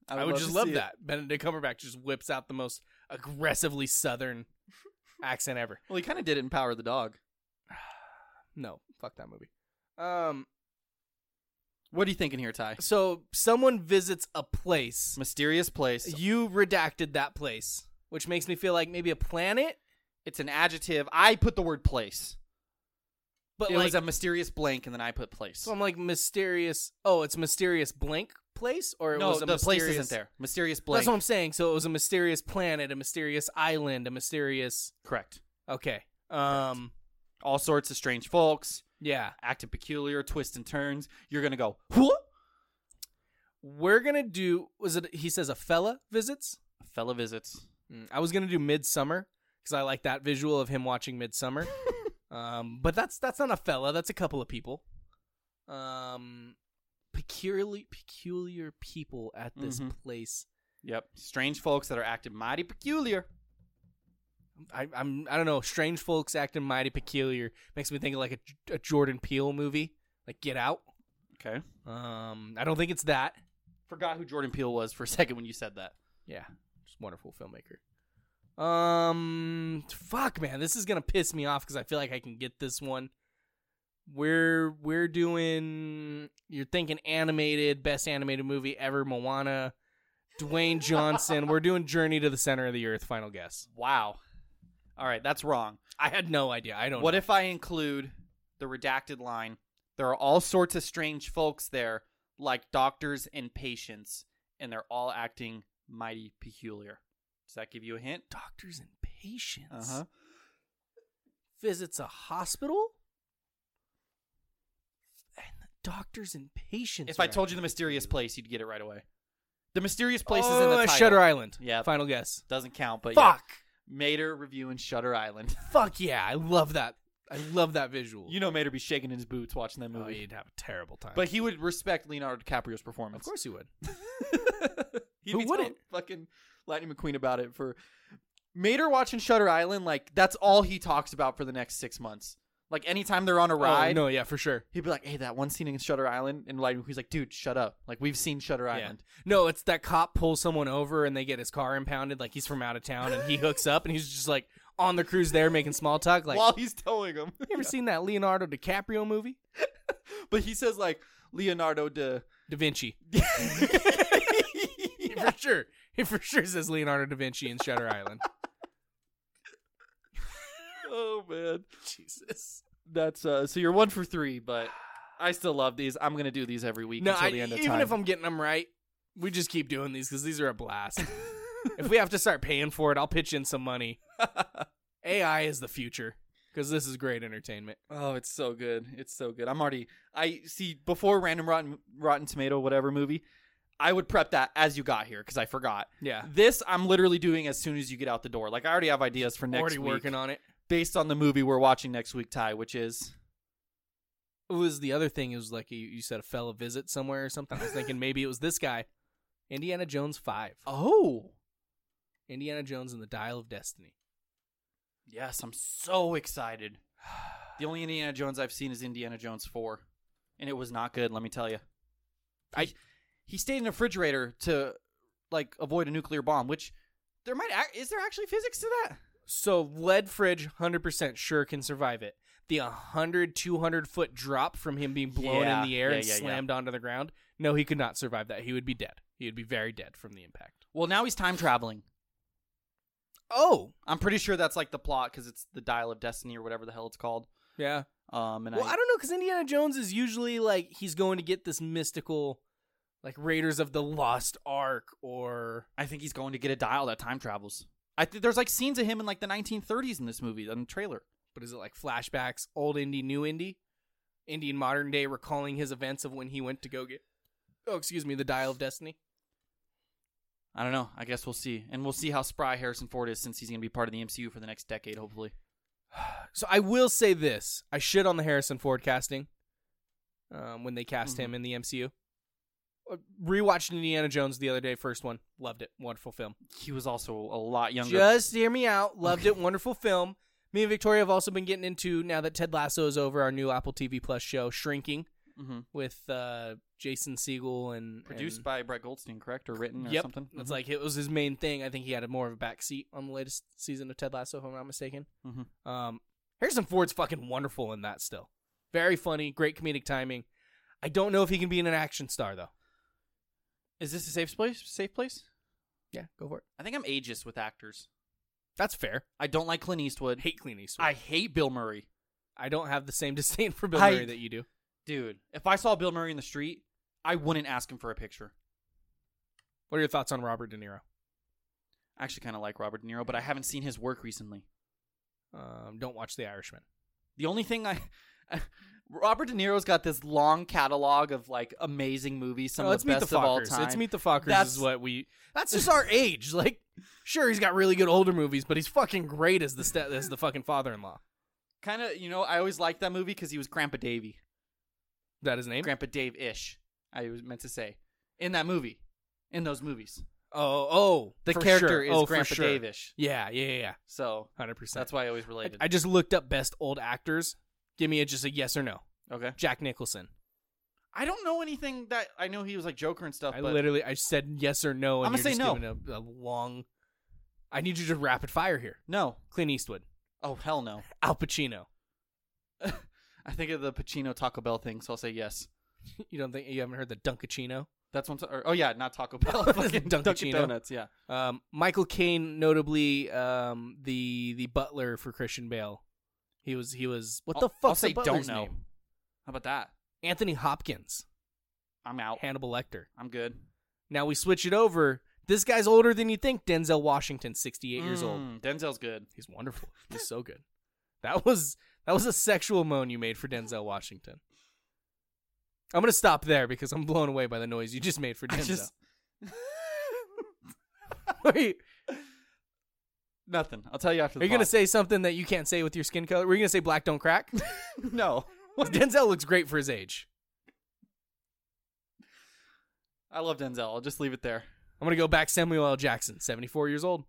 Speaker 2: I would
Speaker 1: love
Speaker 2: just
Speaker 1: to
Speaker 2: love
Speaker 1: see it.
Speaker 2: that. Benedict Cumberbatch just whips out the most aggressively Southern accent ever.
Speaker 1: Well, he kind of did it in Power of the Dog.
Speaker 2: No, fuck that movie. Um,
Speaker 1: What are you thinking here, Ty?
Speaker 2: so someone visits a place
Speaker 1: Mysterious place.
Speaker 2: You redacted that place, which makes me feel like maybe a planet,
Speaker 1: It's an adjective. I put the word place.
Speaker 2: but
Speaker 1: it
Speaker 2: like
Speaker 1: was a mysterious blank, and then I put place.
Speaker 2: so I'm like mysterious. Oh, it's mysterious blank place, or it
Speaker 1: no,
Speaker 2: was a
Speaker 1: the
Speaker 2: mysterious,
Speaker 1: place isn't there. Mysterious blank.
Speaker 2: That's what I'm saying. So it was a mysterious planet, a mysterious island, a mysterious.
Speaker 1: Correct.
Speaker 2: Okay. Um.
Speaker 1: All sorts of strange folks,
Speaker 2: Yeah.
Speaker 1: acting peculiar, twists and turns. You're gonna go, whoa.
Speaker 2: We're gonna do. Was it? He says a fella visits.
Speaker 1: Fella visits.
Speaker 2: Mm, I was gonna do midsummer because I like that visual of him watching midsummer. um. But that's that's not a fella. That's a couple of people. Um. Peculiarly peculiar people at this
Speaker 1: Mhm.
Speaker 2: place.
Speaker 1: Yep. Strange folks that are acting mighty peculiar.
Speaker 2: I, I'm I don't know. Strange folks acting mighty peculiar makes me think of like a, J- a Jordan Peele movie, like Get Out.
Speaker 1: Okay.
Speaker 2: Um, I don't think it's that.
Speaker 1: Forgot who Jordan Peele was for a second when you said that.
Speaker 2: Yeah, just wonderful filmmaker. Um, fuck, man, this is gonna piss me off because I feel like I can get this one. We're we're doing. You're thinking animated, best animated movie ever, Moana, Dwayne Johnson. we're doing Journey to the Center of the Earth. Final guess.
Speaker 1: Wow. All right, that's wrong.
Speaker 2: I had no idea. I don't.
Speaker 1: What
Speaker 2: know.
Speaker 1: if I include the redacted line? There are all sorts of strange folks there, like doctors and patients, and they're all acting mighty peculiar. Does that give you a hint?
Speaker 2: doctors and patients?
Speaker 1: Uh-huh.
Speaker 2: visits a hospital and the doctors and patients.
Speaker 1: If I
Speaker 2: are
Speaker 1: told you the
Speaker 2: acting
Speaker 1: mysterious
Speaker 2: peculiar.
Speaker 1: place, you'd get it right away. The mysterious place is in
Speaker 2: Oh,
Speaker 1: the title.
Speaker 2: Shutter Island.
Speaker 1: Yeah.
Speaker 2: Final guess.
Speaker 1: Doesn't count, but
Speaker 2: Fuck.
Speaker 1: yeah. Mater reviewing Shutter Island.
Speaker 2: Fuck yeah. I love that. I love that visual.
Speaker 1: You know Mater be shaking in his boots watching that
Speaker 2: oh,
Speaker 1: movie.
Speaker 2: you'd have a terrible time.
Speaker 1: But he would respect Leonardo DiCaprio's performance.
Speaker 2: of course you would.
Speaker 1: He'd
Speaker 2: Who
Speaker 1: be
Speaker 2: wouldn't?
Speaker 1: telling Fucking Lightning McQueen about it for Mater watching Shutter Island. Like that's all he talks about for the next six months. Like anytime they're on a ride,
Speaker 2: Oh, no, yeah, for sure.
Speaker 1: he'd be like, "Hey, that one scene in Shutter Island," and Lightning McQueen's like, "Dude, shut up! Like we've seen Shutter
Speaker 2: Yeah.
Speaker 1: Island."
Speaker 2: No, it's that cop pulls someone over and they get his car impounded. Like he's from out of town and he hooks up and he's just like on the cruise there making small talk. Like,
Speaker 1: While he's towing him,
Speaker 2: you ever seen that Leonardo DiCaprio movie?
Speaker 1: but he says like Leonardo de.
Speaker 2: Da Vinci. He for sure. He for sure says Leonardo da Vinci in Shutter Island.
Speaker 1: Oh man, Jesus, that's uh. So you're one for three, but I still love these. I'm gonna do these every week
Speaker 2: no,
Speaker 1: until
Speaker 2: I,
Speaker 1: the end of
Speaker 2: even
Speaker 1: time.
Speaker 2: if I'm getting them right, We just keep doing these because these are a blast. if we have to start paying for it, I'll pitch in some money. AI is the future because this is great entertainment.
Speaker 1: Oh, it's so good. It's so good. I'm already I see before random rotten rotten tomato whatever movie, I would prep that as you got here cuz I forgot.
Speaker 2: Yeah.
Speaker 1: This I'm literally doing as soon as you get out the door. Like I already have ideas for next
Speaker 2: Already
Speaker 1: week
Speaker 2: working on it.
Speaker 1: based on the movie we're watching next week, Ty, which is
Speaker 2: It was the other thing. It was like you, you said a fella visit somewhere or something. I was thinking maybe it was this guy, Indiana Jones Five,
Speaker 1: Oh.
Speaker 2: Indiana Jones and the Dial of Destiny.
Speaker 1: Yes, I'm so excited. The only Indiana Jones I've seen is Indiana Jones 4, and it was not good, let me tell you. I he stayed in a refrigerator to like avoid a nuclear bomb, which there might ac- is there actually physics to that?
Speaker 2: So lead fridge, hundred percent sure can survive it. The 100, 200 foot drop from him being blown
Speaker 1: Yeah,
Speaker 2: in the air
Speaker 1: yeah,
Speaker 2: and
Speaker 1: yeah, yeah.
Speaker 2: slammed onto the ground. No, he could not survive that. He would be dead. He would be very dead from the impact.
Speaker 1: Well, now he's time traveling.
Speaker 2: Oh,
Speaker 1: I'm pretty sure that's like the plot cuz it's the dial of destiny or whatever the hell it's called.
Speaker 2: yeah.
Speaker 1: Um and
Speaker 2: well,
Speaker 1: I,
Speaker 2: I, don't know because Indiana Jones is usually like he's going to get this mystical, like Raiders of the Lost Ark or
Speaker 1: I think he's going to get a dial that time travels. I think there's like scenes of him in like the 1930s in this movie in the trailer.
Speaker 2: but is it like flashbacks, old indie, new indie? Indie in modern day recalling his events of when he went to go get Oh, excuse me, the Dial of Destiny.
Speaker 1: I don't know. I guess we'll see. And we'll see how spry Harrison Ford is since he's going to be part of the MCU for the next decade, hopefully.
Speaker 2: So I will say this. I shit on the Harrison Ford casting. Um, when they cast him in the MCU. Uh, Rewatched Indiana Jones the other day, first one. Loved it. Wonderful film.
Speaker 1: He was also a lot younger.
Speaker 2: Just hear me out. Loved it. Wonderful film. Me and Victoria have also been getting into now that Ted Lasso is over our new Apple TV Plus show, Shrinking,
Speaker 1: Mhm.
Speaker 2: with uh, Jason Siegel and
Speaker 1: Produced
Speaker 2: and-
Speaker 1: by Brett Goldstein, correct? Or written or
Speaker 2: yep,
Speaker 1: something? Mm-hmm.
Speaker 2: That's like it was his main thing. I think he had a more of a backseat on the latest season of Ted Lasso, if I'm not mistaken.
Speaker 1: Mhm.
Speaker 2: Um, Harrison Ford's fucking wonderful in that. Still, very funny, great comedic timing. I don't know if he can be an action star though.
Speaker 1: Is this a safe place? Safe place?
Speaker 2: Yeah, go for it.
Speaker 1: I think I'm ageist with actors.
Speaker 2: That's fair.
Speaker 1: I don't like Clint Eastwood.
Speaker 2: Hate Clint Eastwood.
Speaker 1: I hate Bill Murray.
Speaker 2: I don't have the same disdain for Bill
Speaker 1: I-
Speaker 2: Murray that you do.
Speaker 1: Dude, if I saw Bill Murray in the street, I wouldn't ask him for a picture.
Speaker 2: What are your thoughts on Robert De Niro?
Speaker 1: I actually kind of like Robert De Niro, but I haven't seen his work recently.
Speaker 2: Um, don't watch The Irishman.
Speaker 1: The only thing I. Robert De Niro's got this long catalog of like amazing movies, some
Speaker 2: No,
Speaker 1: of the best of all time.
Speaker 2: Oh, Let's meet the Fockers.
Speaker 1: That's-
Speaker 2: is what we. That's just our age. Like, sure, he's got really good older movies, but he's fucking great as the st- as the fucking father-in-law.
Speaker 1: kind of you know i always liked that movie because he was grandpa davey
Speaker 2: Is that his name?
Speaker 1: grandpa dave-ish i was meant to say in that movie in those movies
Speaker 2: Oh, oh,
Speaker 1: the
Speaker 2: for
Speaker 1: character
Speaker 2: sure.
Speaker 1: is
Speaker 2: oh, for
Speaker 1: grandpa
Speaker 2: sure.
Speaker 1: dave-ish
Speaker 2: Yeah, yeah, yeah,
Speaker 1: so
Speaker 2: hundred percent.
Speaker 1: that's why i always
Speaker 2: I,
Speaker 1: related
Speaker 2: I just looked up best old actors. Give me a, just a yes or no.
Speaker 1: okay
Speaker 2: Jack Nicholson.
Speaker 1: i don't know anything that i know he was like joker and stuff
Speaker 2: I
Speaker 1: but
Speaker 2: literally, I said yes or no, and
Speaker 1: I'ma
Speaker 2: you're
Speaker 1: say
Speaker 2: just
Speaker 1: no.
Speaker 2: giving a, a long. I need you to rapid fire here.
Speaker 1: no
Speaker 2: Clint Eastwood,
Speaker 1: oh hell no
Speaker 2: Al Pacino.
Speaker 1: i think of the pacino taco bell thing so i'll say yes
Speaker 2: You don't think you haven't heard the Dunkachino?
Speaker 1: that's one or, oh yeah not taco bell
Speaker 2: That's
Speaker 1: fucking
Speaker 2: Dunkachino.
Speaker 1: dunkin' donuts yeah
Speaker 2: Um, Michael Caine, notably um, the the butler for Christian Bale, he was he was what the
Speaker 1: I'll-
Speaker 2: fuck?
Speaker 1: i'll say don't know
Speaker 2: Name?
Speaker 1: how about that
Speaker 2: Anthony Hopkins,
Speaker 1: i'm out
Speaker 2: Hannibal Lecter.
Speaker 1: i'm good
Speaker 2: Now we switch it over. This guy's older than you think. Denzel Washington, sixty eight years old.
Speaker 1: Mm, denzel's good
Speaker 2: He's wonderful. He's so good. That was that was a sexual moan you made for Denzel Washington. I'm gonna stop there because I'm blown away by the noise you just made for
Speaker 1: I
Speaker 2: Denzel.
Speaker 1: just-
Speaker 2: Wait,
Speaker 1: nothing i'll tell you after
Speaker 2: are
Speaker 1: the
Speaker 2: you gonna
Speaker 1: pod.
Speaker 2: say something that you can't say with your skin color? Were you gonna say black don't crack?
Speaker 1: no
Speaker 2: Denzel looks great for his age.
Speaker 1: I love Denzel. I'll just leave it there.
Speaker 2: I'm gonna go back Samuel L. Jackson, 74 years old.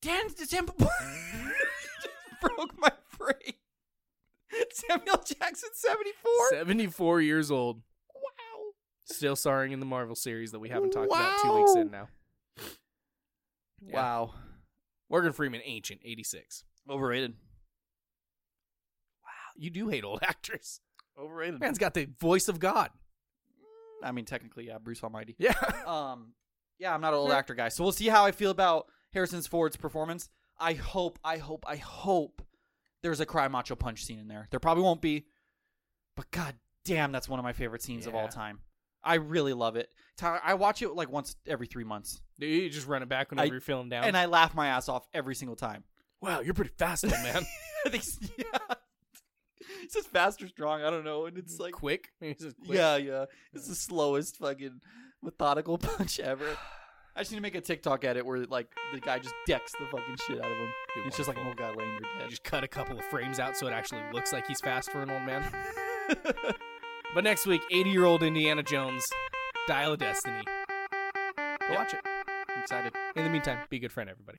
Speaker 1: Dan, Sam broke my brain. Samuel Jackson, seventy-four.
Speaker 2: 74 years old.
Speaker 1: wow.
Speaker 2: Still starring in the Marvel series that we haven't talked about two weeks in now. Yeah.
Speaker 1: Wow.
Speaker 2: Morgan Freeman, ancient, 86.
Speaker 1: Overrated.
Speaker 2: You do hate old actors.
Speaker 1: Overrated.
Speaker 2: Man's got the voice of God.
Speaker 1: I mean, technically, yeah, Bruce Almighty.
Speaker 2: Yeah.
Speaker 1: Um, yeah, I'm not an old actor guy, so we'll see how I feel about Harrison Ford's performance. I hope, I hope, I hope there's a cry macho punch scene in there. There probably won't be, but god damn, that's one of my favorite scenes of all
Speaker 2: Yeah.
Speaker 1: time. I really love it. Tyler, I watch it like once every three months,
Speaker 2: You just run it back whenever
Speaker 1: I-
Speaker 2: you're feeling down.
Speaker 1: and I laugh my ass off every single time.
Speaker 2: wow, you're pretty fast, old man.
Speaker 1: I think it's- yeah. It's just fast or strong. I don't know, and it's like
Speaker 2: quick. He says quick.
Speaker 1: Yeah, yeah. It's the slowest fucking methodical punch ever. I just need to make a TikTok edit where like the guy just decks the fucking shit out of him.
Speaker 2: Be
Speaker 1: It's just like an old
Speaker 2: wonderful.
Speaker 1: guy laying there
Speaker 2: You
Speaker 1: dead.
Speaker 2: just cut a couple of frames out so it actually looks like he's fast for an old man. but next week, 80 year old Indiana Jones, Dial of Destiny. Go watch it.
Speaker 1: I'm excited.
Speaker 2: In the meantime, be a good friend, everybody.